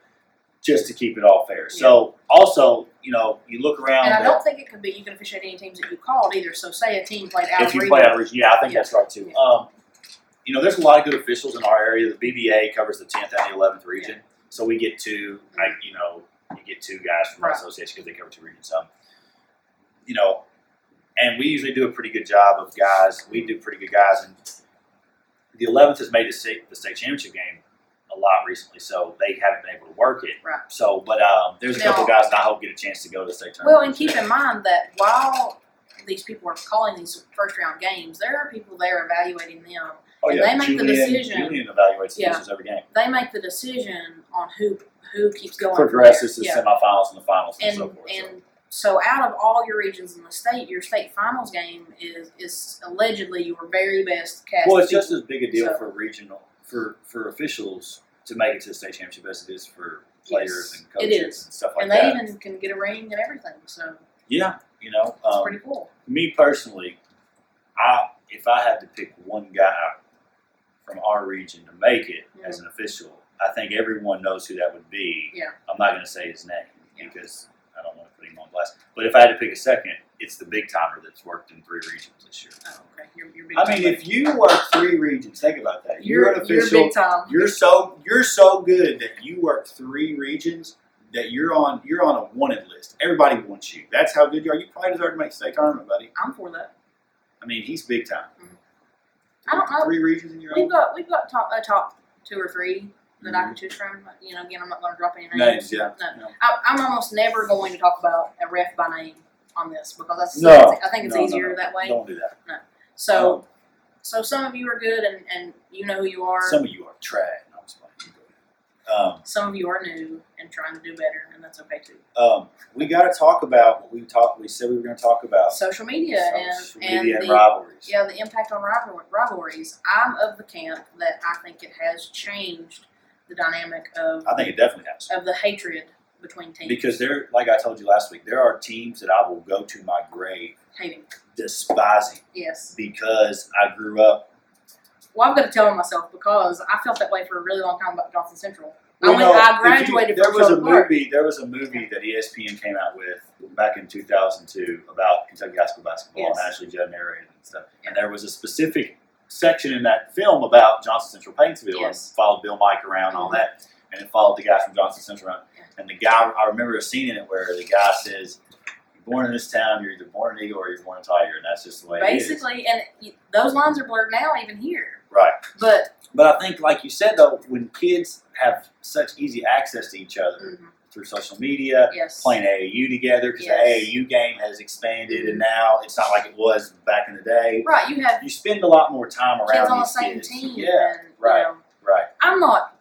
S2: just to keep it all fair. So also, you know, you look around.
S1: And I
S2: at-
S1: don't think it could be you can officiate any teams that you called either. So say a team played out
S2: if
S1: of
S2: you
S1: region,
S2: play out of region, yeah, I think that's right too.
S1: Yeah.
S2: Um, you know, there's a lot of good officials in our area. The BBA covers the 10th and the 11th region, so we get to, like, you know, you get two guys from our
S1: Mm-hmm. Right.
S2: association because they cover two regions. So, you know, and we usually do a pretty good job of guys. We do pretty good guys, and the 11th has made the state, the state championship game a lot recently, so they haven't been able to work it.
S1: Right.
S2: So, but um, there's a couple guys that I hope get a chance to go to the state tournament.
S1: Well, and keep in mind that while these people are calling these first round games, there are people there evaluating them.
S2: oh,
S1: and
S2: yeah.
S1: they make the
S2: Julian-
S1: decision.
S2: Julian evaluates the
S1: Yeah.
S2: pitchers every game.
S1: They make the decision on who who keeps going. from
S2: progresses to
S1: there.
S2: the
S1: yeah.
S2: semifinals and the finals and,
S1: and
S2: so forth. so.
S1: and so out of all your regions in the state, your state finals game is is allegedly your very best cast.
S2: Well,
S1: of
S2: it's just as big a deal
S1: So-
S2: for regional for for officials to make it to the state championship as it is for players
S1: Yes,
S2: and
S1: it
S2: coaches
S1: is.
S2: and stuff
S1: people.
S2: like
S1: and
S2: that.
S1: they even can get a ring and everything. So
S2: yeah, you know,
S1: it's
S2: um,
S1: pretty cool.
S2: me personally, I if I had to pick one guy from our region to make it as an official, I think everyone knows who that would be.
S1: Yeah.
S2: I'm not going to say his name
S1: Yeah.
S2: because I don't want to put him on blast. But if I had to pick a second, it's the big timer that's worked in three regions this year.
S1: Oh, okay, you're, you're big.
S2: I mean, if you work three regions, think about that. You're,
S1: you're
S2: an official.
S1: you're big time.
S2: You're so you're so good that you work three regions that you're on you're on a wanted list. Everybody wants you. That's how good you are. You probably deserve to make the state tournament, buddy.
S1: I'm for that.
S2: I mean, he's big time.
S1: Mm-hmm. I don't know.
S2: Three regions in your
S1: We've
S2: own.
S1: got we've got top a top two or three that I could choose from. but, You know, again, I'm not going to drop any names.
S2: Mm-hmm. Names, yeah.
S1: No.
S2: No.
S1: I, I'm almost never going to talk about a ref by name on this because that's
S2: No.
S1: I think it's
S2: No, no,
S1: easier
S2: no.
S1: that way.
S2: Don't do that.
S1: So
S2: Um,
S1: so some of you are good and and you know who you are.
S2: some of you are trash. No, I'm just playing. Um,
S1: Some of you are new and trying to do better, and that's okay too.
S2: um, we got to talk about what we talked. We said we were going to talk about
S1: Social media
S2: social
S1: and
S2: media
S1: and
S2: and
S1: the
S2: rivalries.
S1: Yeah, the impact on rival- rivalries. I'm of the camp that I think it has changed the dynamic of
S2: I think it definitely has.
S1: of the hatred between teams.
S2: Because there, like I told you last week, there are teams that I will go to my grave
S1: hating,
S2: despising
S1: yes.
S2: because I grew up.
S1: Well, I've got to tell on myself because I felt that way for a really long time about Johnson Central. I
S2: Well,
S1: went,
S2: no,
S1: I
S2: if you-
S1: graduated
S2: there
S1: from
S2: was a
S1: Charlotte Clark.
S2: movie. There was a movie that E ESPN came out with back in 2002 about Kentucky high school basketball,
S1: Yes.
S2: and Ashley Judd narrated and stuff.
S1: Yeah.
S2: And there was a specific section in that film about Johnson Central Paintsville,
S1: Yes.
S2: and followed Bill Mike around and all
S1: Mhm.
S2: that, and it followed the guy from Johnson Central around.
S1: Yeah.
S2: And the guy, I remember a scene in it where the guy says, "You're born in this town. You're either born an eagle or you're born a tiger, and that's just the way it is."
S1: Basically, and y- those lines are blurred now, even here.
S2: Right.
S1: But
S2: But I think, like you said, though, when kids have such easy access to each other
S1: mhm,
S2: through social media,
S1: yes,
S2: playing AAU together, because
S1: Yes.
S2: the AAU game has expanded, and now it's not like it was back in the day.
S1: right. You have
S2: You spend a lot more time around
S1: kids on the
S2: these
S1: same
S2: kids.
S1: team.
S2: Yeah,
S1: and, you
S2: right.
S1: know,
S2: right.
S1: I'm not.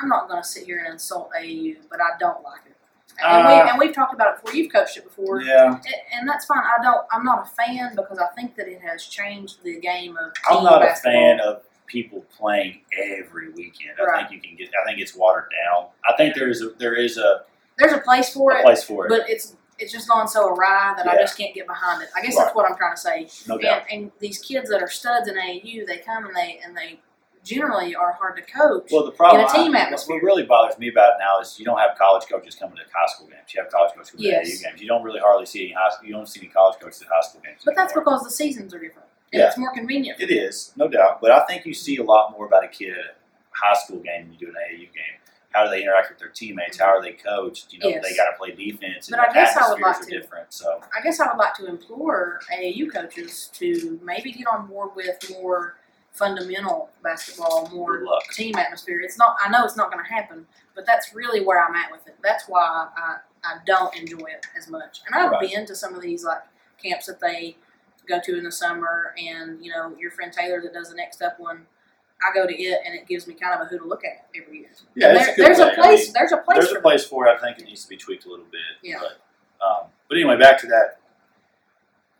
S1: I'm not going to sit here and insult AAU, but I don't like it. And,
S2: Uh,
S1: we, and we've talked about it before. You've coached it before.
S2: Yeah,
S1: A- and that's fine. I don't. I'm not a fan because I think that it has changed the game of.
S2: I'm
S1: team
S2: not a
S1: basketball.
S2: fan of people playing every weekend. I
S1: Right.
S2: think you can get. I think it's watered down. I think there is a there is a,
S1: There's a place for
S2: a
S1: it,
S2: place for it,
S1: but it's it's just gone so awry that I
S2: Yeah.
S1: just can't get behind it. I guess that's what I'm trying to say.
S2: no doubt.
S1: And, and these kids that are studs in AAU, they come and they and they generally are hard to coach.
S2: Well, the problem
S1: in a team
S2: I-
S1: atmosphere.
S2: What really bothers me about it now is you don't have college coaches coming to high school games. You have college coaches coming
S1: Yes.
S2: to AAU games. You don't really hardly see any high. You don't see any college coaches at high school games.
S1: but that's
S2: anymore.
S1: because the seasons are different. And
S2: Yeah.
S1: it's more convenient.
S2: it is, no doubt. But I think you see a lot more about a kid at a high school game than you do an AAU game. How do they interact with their teammates? How are they coached? You know,
S1: Yes.
S2: they got to play defense. And
S1: But I guess I would
S2: atmospheres
S1: like
S2: are
S1: to-
S2: different. So
S1: I guess I would like to implore AAU coaches to maybe get on board with more fundamental basketball, more
S2: good luck.
S1: team atmosphere. It's not. I know it's not going to happen, but that's really where I'm at with it. That's why I I don't enjoy it as much. And I've
S2: Right.
S1: been to some of these like camps that they go to in the summer, and you know your friend Taylor that does the next up one. I go to it, and it gives me kind of a who to look at every year.
S2: Yeah,
S1: And
S2: it's
S1: there-
S2: a good
S1: there's
S2: way.
S1: a
S2: I
S1: place.
S2: mean,
S1: there's a place
S2: There's
S1: for
S2: a place for it. I think it needs to be tweaked a little bit.
S1: Yeah.
S2: But, um, but anyway, back to that.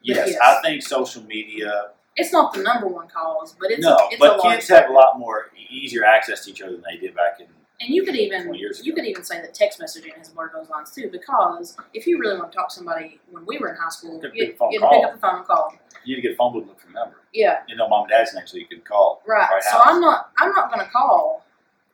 S2: Yes,
S1: yes.
S2: I think social media.
S1: It's not the number one cause, but it's
S2: no,
S1: it's a
S2: but
S1: large
S2: kids have a
S1: factor.
S2: lot more e- easier access to each other than they did back in.
S1: And you could even
S2: 20 years
S1: you
S2: ago.
S1: could even say that text messaging has blurred those lines too, because if you really want to talk to somebody when we were in high school,
S2: Could
S1: you
S2: pick
S1: you had
S2: a phone
S1: to pick
S2: call.
S1: up the phone and call.
S2: You had to get a phone book and look for a number.
S1: Yeah,
S2: You know, mom and dad's name, so you could call.
S1: right.
S2: Right,
S1: so
S2: house.
S1: I'm not I'm not going to call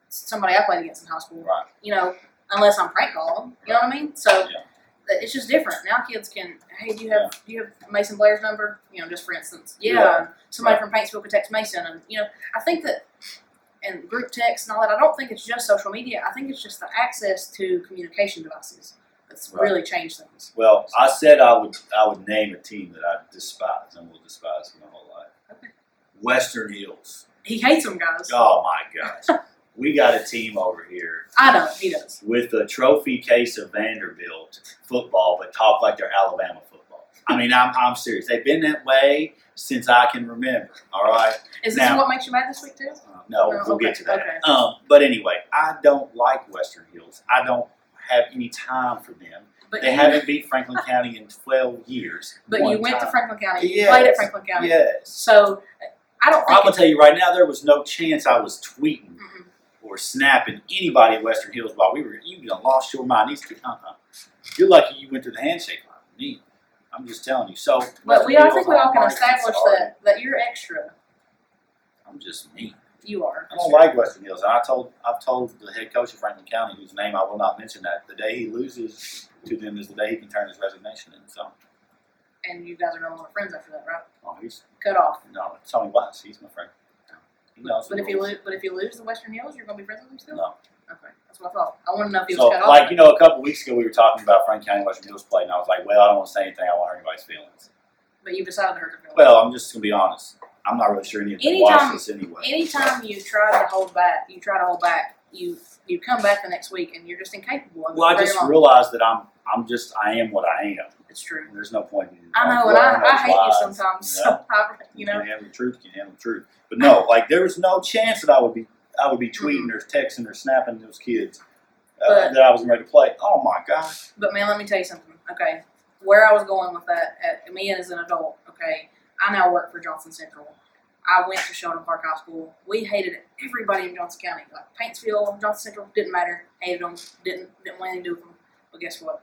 S1: somebody I played against in high school.
S2: Right.
S1: You know, unless I'm prank calling. You know what I mean? So
S2: Yeah.
S1: that it's just different now. Kids can hey, do you have do you have Mason Blair's number? You know, just for instance. Yeah.
S2: Yeah.
S1: Somebody
S2: Right.
S1: from Paintsville could text Mason, and you know, I think that. and group text and all that, I don't think it's just social media. I think it's just the access to communication devices that's
S2: Right.
S1: really changed things.
S2: Well, I said I would I would name a team that I despise and will despise for my whole life.
S1: Okay.
S2: Western Hills.
S1: He hates them guys.
S2: Oh my gosh. we got a team over here
S1: I know he does.
S2: with a trophy case of Vanderbilt football, but talk like they're Alabama football. I mean, I'm I'm serious. They've been that way since I can remember. All right.
S1: Is this
S2: Now-
S1: what makes you mad this week too?
S2: Uh, No,
S1: No,
S2: we'll
S1: okay,
S2: get to that.
S1: okay.
S2: Um, but anyway, I don't like Western Hills. I don't have any time for them.
S1: But
S2: they
S1: you,
S2: haven't beat Franklin County in 12 years.
S1: but
S2: one
S1: you went to
S2: time.
S1: Franklin County. You
S2: Yes.
S1: played at Franklin County.
S2: Yes.
S1: So I don't
S2: I'm
S1: think.
S2: gonna tell you right now, there was no chance I was tweeting
S1: Mhm.
S2: or snapping anybody at Western Hills while we were. You done lost your mind. These two, uh-uh. You're lucky you went to the handshake line. Me, I'm just telling you. So,
S1: But
S2: Western
S1: we, I
S2: Hills,
S1: think we all
S2: I'm
S1: can
S2: like,
S1: establish
S2: sorry.
S1: that, that you're extra.
S2: I'm just me.
S1: You are.
S2: I don't like Western Hills. And I told I've told the head coach of Franklin County, whose name I will not mention, that the day he loses to them is the day he can turn his resignation in. So,
S1: And you guys are no longer friends after that, right?
S2: oh, he's
S1: Cut off.
S2: no Tony Watts. He's my friend. He knows
S1: But
S2: the
S1: if you
S2: rules.
S1: lose, but if you lose the Western Hills, you're gonna be friends with them still.
S2: no.
S1: Okay, that's what I thought. I want to know if he was
S2: So,
S1: cut off.
S2: like you know, a couple weeks ago we were talking about Frank County Western Hills play, and I was like, "Well, I don't want to say anything. I don't want to hurt anybody's feelings."
S1: but you decided to hurt their feelings.
S2: Well, I'm just gonna be honest. I'm not really sure any of them watch
S1: Anytime-
S2: this anyway.
S1: Anytime you try to hold back, you try to hold back. You you come back the next week and you're just incapable. Of it
S2: well, I
S1: very
S2: just
S1: long.
S2: realized that I'm I'm just I am what I am.
S1: it's true.
S2: And There's no point in
S1: I know, and
S2: blowing
S1: I, I
S2: those
S1: hate you
S2: lies,
S1: sometimes.
S2: you know?
S1: So I, you know,
S2: can handle the truth, you can handle the truth. But no, like there was no chance that I would be I would be tweeting or texting or snapping those kids uh,
S1: But-
S2: that I wasn't ready to play. Oh my gosh.
S1: But man, let me tell you something. Okay, where I was going with that, at, me as an adult. Okay, I now work for Johnson Central. I went to Sheldon Park High School. We hated everybody in Johnson County, like Paintsville, Johnson Central. Didn't matter. Hated them. Didn't didn't want anything to do with them. But guess what?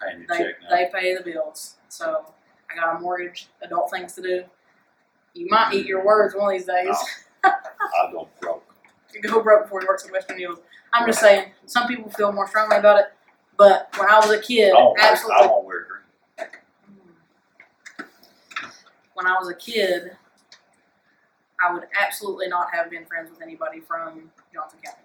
S2: Paying your
S1: They
S2: check now.
S1: they pay the bills. So I got a mortgage, adult things to do. You might eat your words one of these days.
S2: I'll go broke.
S1: You go broke before you work at Western Hills. I'm just saying, some people feel more strongly about it. But when I was a
S2: Oh, I
S1: kid,
S2: won't wear,
S1: absolutely
S2: I won't wear green.
S1: when I was a kid, I would absolutely not have been friends with anybody from Johnson County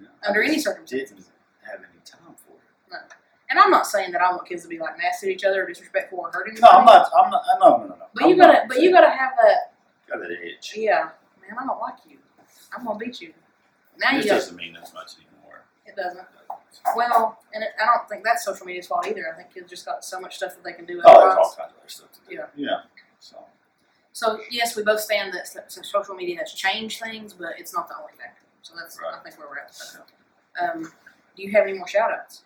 S2: No,
S1: under
S2: I
S1: any
S2: just
S1: circumstances.
S2: Didn't have any time for it.
S1: And I'm not saying that I want kids to be like nasty to each other, or disrespectful, or hurting.
S2: No, I'm not I'm not no no no no.
S1: But
S2: I'm
S1: you gotta,
S2: not
S1: but you gotta have that.
S2: got that itch.
S1: Yeah, man, I don't like you. I'm gonna beat you. Now
S2: This
S1: you got
S2: doesn't mean as much anymore.
S1: it doesn't. Well, and it, I don't think that's social media's fault either. I think kids just got so much stuff that they can do.
S2: Oh, there's
S1: otherwise.
S2: all kinds of other stuff to do.
S1: Yeah.
S2: Yeah. So
S1: So yes, we both stand that so- so social media has changed things, but it's not the only factor. So that's I
S2: Right.
S1: think where we're at. So, um, do you have any more shout outs?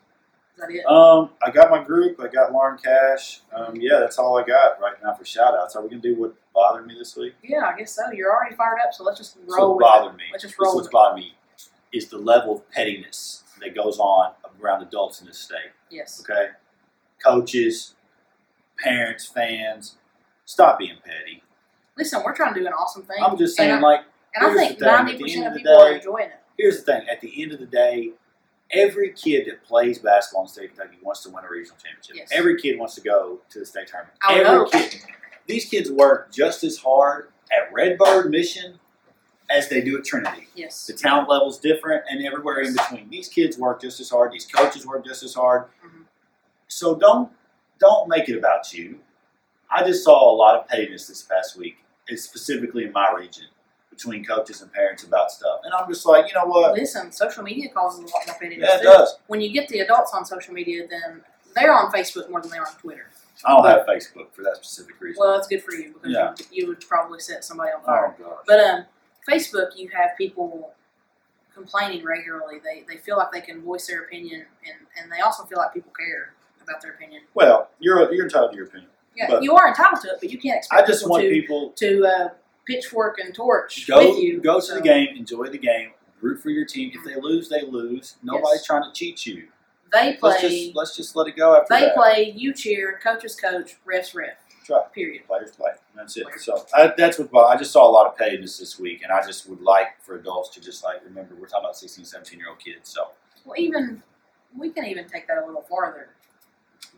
S1: Is that it?
S2: Um, I got my group. I got Lauren Cash. Um, yeah, that's all I got right now for shout outs. Are we gonna do what bothered me this week?
S1: yeah, I guess so. You're already fired up, so let's just
S2: This
S1: roll
S2: what
S1: with it.
S2: bothered me.
S1: Let's just
S2: This
S1: roll
S2: what's
S1: with it.
S2: bothered me is the level of pettiness that goes on around adults in this state.
S1: Yes.
S2: Okay, coaches, parents, fans, stop being petty.
S1: Listen, we're trying to do an awesome thing.
S2: I'm just saying,
S1: and
S2: like,
S1: I, and I
S2: here's
S1: think
S2: the thing, at the
S1: ninety percent
S2: end
S1: of
S2: of the
S1: people are
S2: day-
S1: enjoying it.
S2: here's the thing: at the end of the day, every kid that plays basketball in the state of Kentucky wants to win a regional championship.
S1: Yes.
S2: Every kid wants to go to the state tournament.
S1: I
S2: every
S1: know.
S2: kid. These kids work just as hard at Redbird Mission as they do at Trinity.
S1: Yes.
S2: The talent level's different, and everywhere in between. These kids work just as hard. These coaches work just as hard.
S1: Mhm.
S2: So don't don't make it about you. I just saw a lot of pettiness this past week, and specifically in my region, between coaches and parents about stuff. And I'm just like, you know what?
S1: Listen, social media causes a lot more pettiness.
S2: Yeah, it
S1: too.
S2: does.
S1: When you get the adults on social media, then they're on Facebook more than they are on Twitter.
S2: I don't have Facebook for that specific reason.
S1: Well, that's good for you because
S2: Yeah.
S1: you, you would probably set somebody on fire.
S2: oh gosh.
S1: But um, Facebook, you have people complaining regularly. They, they feel like they can voice their opinion, and, and they also feel like people care about their opinion.
S2: Well, you're you're entitled to your opinion.
S1: Yeah,
S2: But-
S1: you are entitled to it, but you can't expect
S2: I just
S1: people
S2: want
S1: to,
S2: people
S1: to uh, pitchfork and torch
S2: go
S1: with you.
S2: go to
S1: so-
S2: the game, enjoy the game, root for your team. If they lose, they lose. Nobody's
S1: Yes.
S2: trying to cheat you.
S1: They play.
S2: Let's just let's just let it go after
S1: They
S2: that.
S1: play. You cheer. Coaches coach. Refs ref.
S2: That's right.
S1: Period.
S2: Players play. And That's it. So I, that's what well, I just saw a lot of pettiness this week, and I just would like for adults to just like remember we're talking about 16, 17 year old kids. So
S1: Well, even we can even take that a little farther.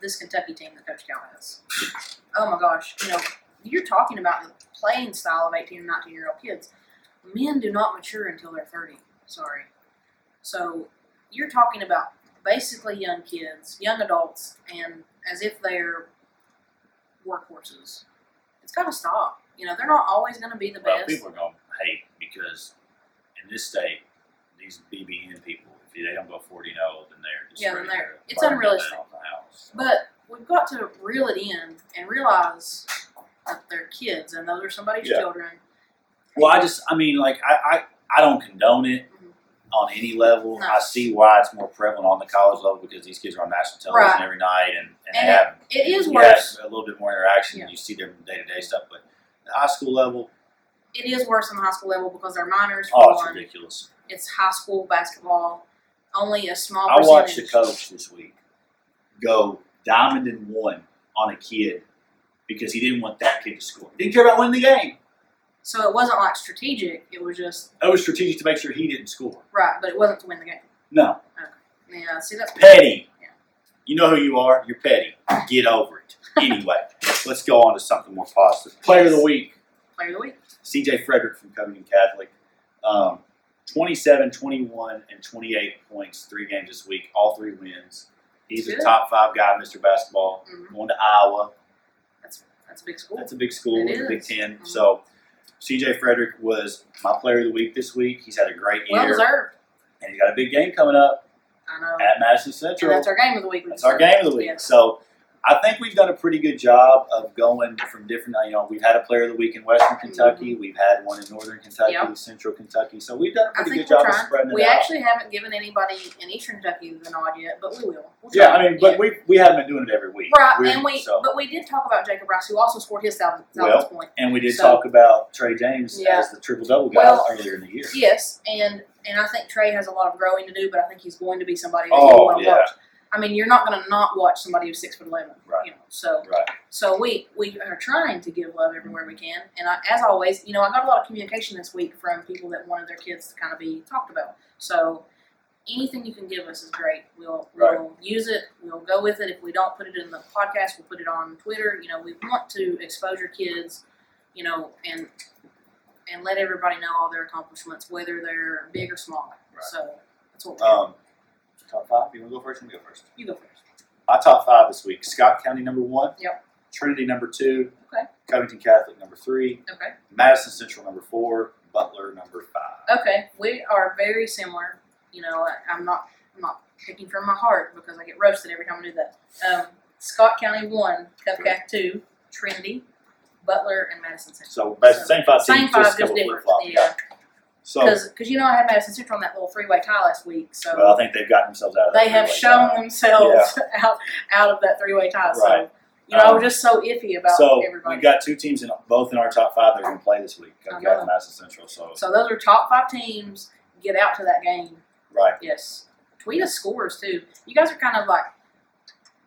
S1: This Kentucky team that Coach Cal has. Oh my gosh, you know, you're talking about the playing style of 18 and 19 year old kids. men do not mature until they're 30. Sorry. So you're talking about basically young kids, young adults, and as if they're workhorses. It's got to stop. You know, they're not always going to be the
S2: Well,
S1: best.
S2: uh, people are going to hate because in this state, these BBN people, if they don't go 40 and 0, then they're just
S1: Yeah, then
S2: ready
S1: they're-
S2: to
S1: it's
S2: burn down
S1: unrealistic.
S2: the house.
S1: But we've got to reel it in and realize that they're kids and those are somebody's
S2: Yeah.
S1: children.
S2: Well, I just, I mean, like, I, I, I don't condone it
S1: Mhm.
S2: on any level.
S1: No.
S2: I see why it's more prevalent on the college level because these kids are on national television
S1: Right.
S2: every night and, and,
S1: And
S2: they have,
S1: It is
S2: you
S1: worse.
S2: have a little bit more interaction.
S1: Yeah.
S2: You see their day to day stuff. But the high school level,
S1: It is worse on the high school level because they're minors. For
S2: oh,
S1: one.
S2: it's ridiculous.
S1: it's high school basketball. Only a small
S2: I
S1: percentage.
S2: watched a coach this week go diamond and one on a kid because he didn't want that kid to score. He didn't care about winning the game.
S1: So it wasn't like strategic. It was just
S2: It was strategic to make sure he didn't score.
S1: right, but it wasn't to win the game.
S2: No,
S1: Yeah, see that's
S2: petty.
S1: Yeah.
S2: You know who you are. You're petty. Get over it. Anyway, let's go on to something more positive. Player of the week.
S1: player of the week.
S2: CJ Frederick from Covington Catholic. Um, 27, 21, and 28 points, three games this week, all three wins. He's a
S1: Good.
S2: top five guy, Mr. Basketball.
S1: Mhm.
S2: Going to Iowa.
S1: That's that's a big school.
S2: That's a big school,
S1: It
S2: it's a Big
S1: is.
S2: 10
S1: Mhm.
S2: So CJ Frederick was my player of the week this week. He's had a great
S1: well
S2: year,
S1: deserved.
S2: and he's got a big game coming up
S1: I know.
S2: at Madison
S1: and
S2: Central.
S1: that's our game of the week.
S2: That's our game of the week.
S1: Yeah.
S2: So I think we've done a pretty good job of going from different. You know, we've had a player of the week in Western Kentucky. We've had one in Northern Kentucky,
S1: Mm-hmm. Yep.
S2: Central Kentucky. So we've done a
S1: I
S2: pretty
S1: think
S2: good
S1: we're
S2: job of
S1: trying.
S2: spreading it
S1: We
S2: out.
S1: actually haven't given anybody in Eastern Kentucky the nod yet, but we will. We'll
S2: yeah,
S1: try.
S2: I mean, but we we haven't been doing it every week,
S1: right,
S2: We're-
S1: and we
S2: so-
S1: but we did talk about Jacob Rice, who also scored his thousand
S2: Well,
S1: thousandth point.
S2: and we did
S1: so-
S2: talk about Trey James
S1: Yeah.
S2: as the triple double guy
S1: Well,
S2: earlier in the year.
S1: Yes, and and I think Trey has a lot of growing to do, but I think he's going to be somebody that you
S2: Oh,
S1: want to
S2: yeah.
S1: watch. I mean, you're not going to not watch somebody who's six foot eleven,
S2: Right.
S1: you know. So
S2: Right.
S1: so we we are trying to give love everywhere we can, and I, as always, you know, I got a lot of communication this week from people that wanted their kids to kind of be talked about. So anything you can give us is great. We'll
S2: Right.
S1: we'll use it. We'll go with it. If we don't put it in the podcast, we'll put it on Twitter. You know, we want to expose your kids. You know, and and let everybody know all their accomplishments, whether they're big or small.
S2: Right.
S1: So that's what we're
S2: Um, top five. You want to go first? You wanna go first.
S1: You go first.
S2: My top five this week: Scott County number one.
S1: Yep.
S2: Trinity number two.
S1: Okay.
S2: Covington Catholic number three.
S1: Okay.
S2: Madison Central number four. Butler number five.
S1: Okay, we are very similar. You know, I, I'm not I'm not picking from my heart because I get roasted every time I do that. Um, Scott County one, Cupcake two, Trinity, Butler, and Madison Central.
S2: So bas- same five
S1: Same
S2: teams,
S1: five,
S2: just,
S1: just
S2: flip
S1: different.
S2: flop.
S1: Yeah,
S2: So
S1: because you know I had Madison Central in that little three way tie last week, so
S2: well, I think they've gotten themselves out of. that
S1: they have
S2: three-way
S1: shown
S2: tie.
S1: themselves out out of that three way tie. So
S2: Right.
S1: you know, I was
S2: Um,
S1: just so iffy about
S2: So
S1: everybody.
S2: we've got two teams in both in our top five that are going to play this week.
S1: I
S2: Covington
S1: know.
S2: Catholic and Madison Central. So
S1: So those are top five teams. Get out to that game.
S2: right.
S1: Yes. Tweet us scores too. You guys are kind of like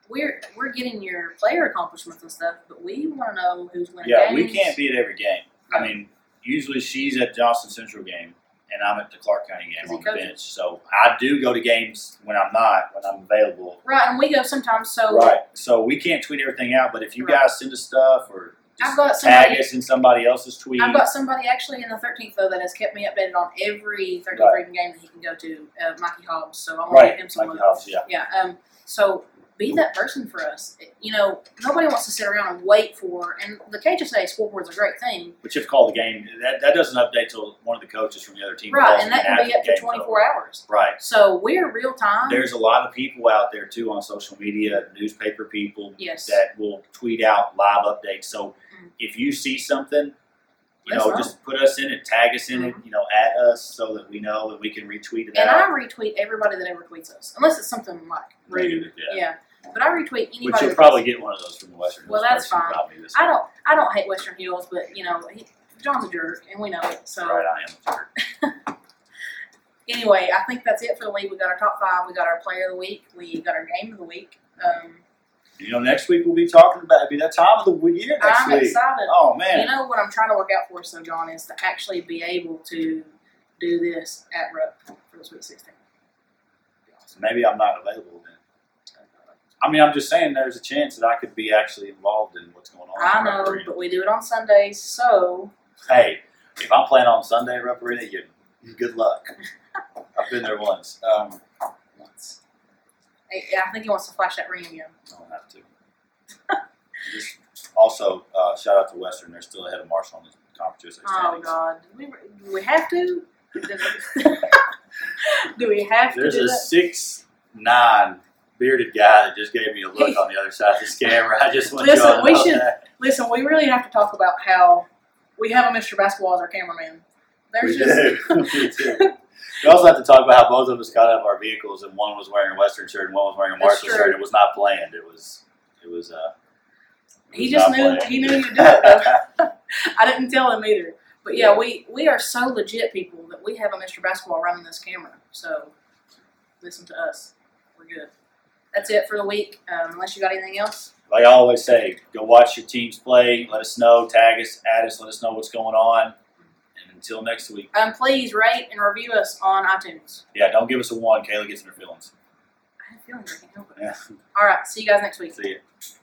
S1: we're we're getting your player accomplishments and stuff, but we want to know who's winning.
S2: Yeah,
S1: games.
S2: we can't be at every game. I mean, usually she's at Johnson Central game, and I'm at the Clark County
S1: Is
S2: game
S1: he
S2: on the
S1: coaching?
S2: bench. So I do go to games when I'm not, when I'm available.
S1: Right, and we go sometimes. So
S2: Right. So we can't tweet everything out, but if you
S1: Right.
S2: guys send us stuff or
S1: I've
S2: just
S1: got
S2: tag
S1: somebody.
S2: us in somebody else's tweet,
S1: I've got somebody actually in the 13th though that has kept me updated on every 13th
S2: Right.
S1: rating game that he can go to, uh, Mikey Hobbs. So I want to
S2: right?
S1: give him some
S2: Like
S1: love.
S2: house, yeah.
S1: Yeah. Um. So be that person for us. You know, nobody wants to sit around and wait for. And the KHSA scoreboard's a great thing,
S2: But you've called the game. That, that doesn't update till one of the coaches from the other team.
S1: right?
S2: calls
S1: And
S2: me
S1: that can
S2: after
S1: be
S2: the
S1: up to
S2: game's
S1: 24
S2: over.
S1: hours.
S2: Right.
S1: So we're real time.
S2: There's a lot of people out there too on social media, newspaper people,
S1: Yes.
S2: that will tweet out live updates. So
S1: Mhm.
S2: if you see something, you
S1: That's
S2: know,
S1: right.
S2: just put us in it, tag us in it, you know, at us so that we know and we can retweet it
S1: and I
S2: out.
S1: retweet everybody that ever tweets us, unless it's something like rude.
S2: Negative, yeah.
S1: But I retweet anybody.
S2: Which you'll
S1: that-
S2: probably get one of those from the Western
S1: Well,
S2: Hills
S1: that's
S2: person
S1: fine.
S2: probably this
S1: I
S2: week.
S1: don't. I don't hate Western Hills, but you know, he, John's a jerk, and we know it. So
S2: Right, I am a jerk.
S1: anyway, I think that's it for the week. We got our top five. We got our player of the week. We got our game of the week. Um,
S2: You know, next week we'll be talking about it'll be that time of the year next
S1: I'm
S2: week.
S1: excited.
S2: Oh
S1: You
S2: man.
S1: know what I'm trying to work out for, so John, is to actually be able to do this at Rupp for the Sweet 16.
S2: Maybe I'm not available then. I mean I'm just saying there's a chance that I could Oh, be actually involved in what's going on.
S1: I
S2: in the
S1: know,
S2: arena.
S1: but we do it on Sundays, so
S2: Hey, if I'm playing on Sunday refereeing it, you, you good luck. I've been there once. Um, once.
S1: I, eh, yeah, I think he wants to flash that reunion.
S2: I don't have to. Just also uh, shout out to Western. They're still ahead of Marshall in the conference USA
S1: Oh
S2: standings.
S1: God, do we do we have to? do we have to
S2: There's
S1: do
S2: a
S1: that?
S2: six nine bearded guy that just gave me a look on the other side of this camera. I just want
S1: Listen,
S2: to know
S1: we
S2: about
S1: should-
S2: that.
S1: Listen, we really have to talk about how we have a Mr. Basketball as our cameraman. There's
S2: we
S1: just
S2: do. we do. We also have to talk about how both of us got out of our vehicles, and one was wearing a Western shirt, and one was wearing a
S1: That's
S2: Marshall
S1: true.
S2: shirt. It was not planned. It was, it was. Uh, it
S1: He
S2: was
S1: just
S2: not
S1: knew-
S2: planned.
S1: he knew you'd do it, though. I didn't tell him either. But yeah, we we are so legit people that we have a Mr. Basketball running this camera. So listen to us. We're good. That's it for the week. Um, unless you got anything else.
S2: like I always say, go watch your teams play. Let us know, tag us, add us, let us know what's going on. And until next week,
S1: Um, please rate and review us on iTunes.
S2: yeah, don't give us a one. Kayla gets in her feelings.
S1: I have feelings I can't help it.
S2: Yeah,
S1: All right. See you guys next week.
S2: see ya.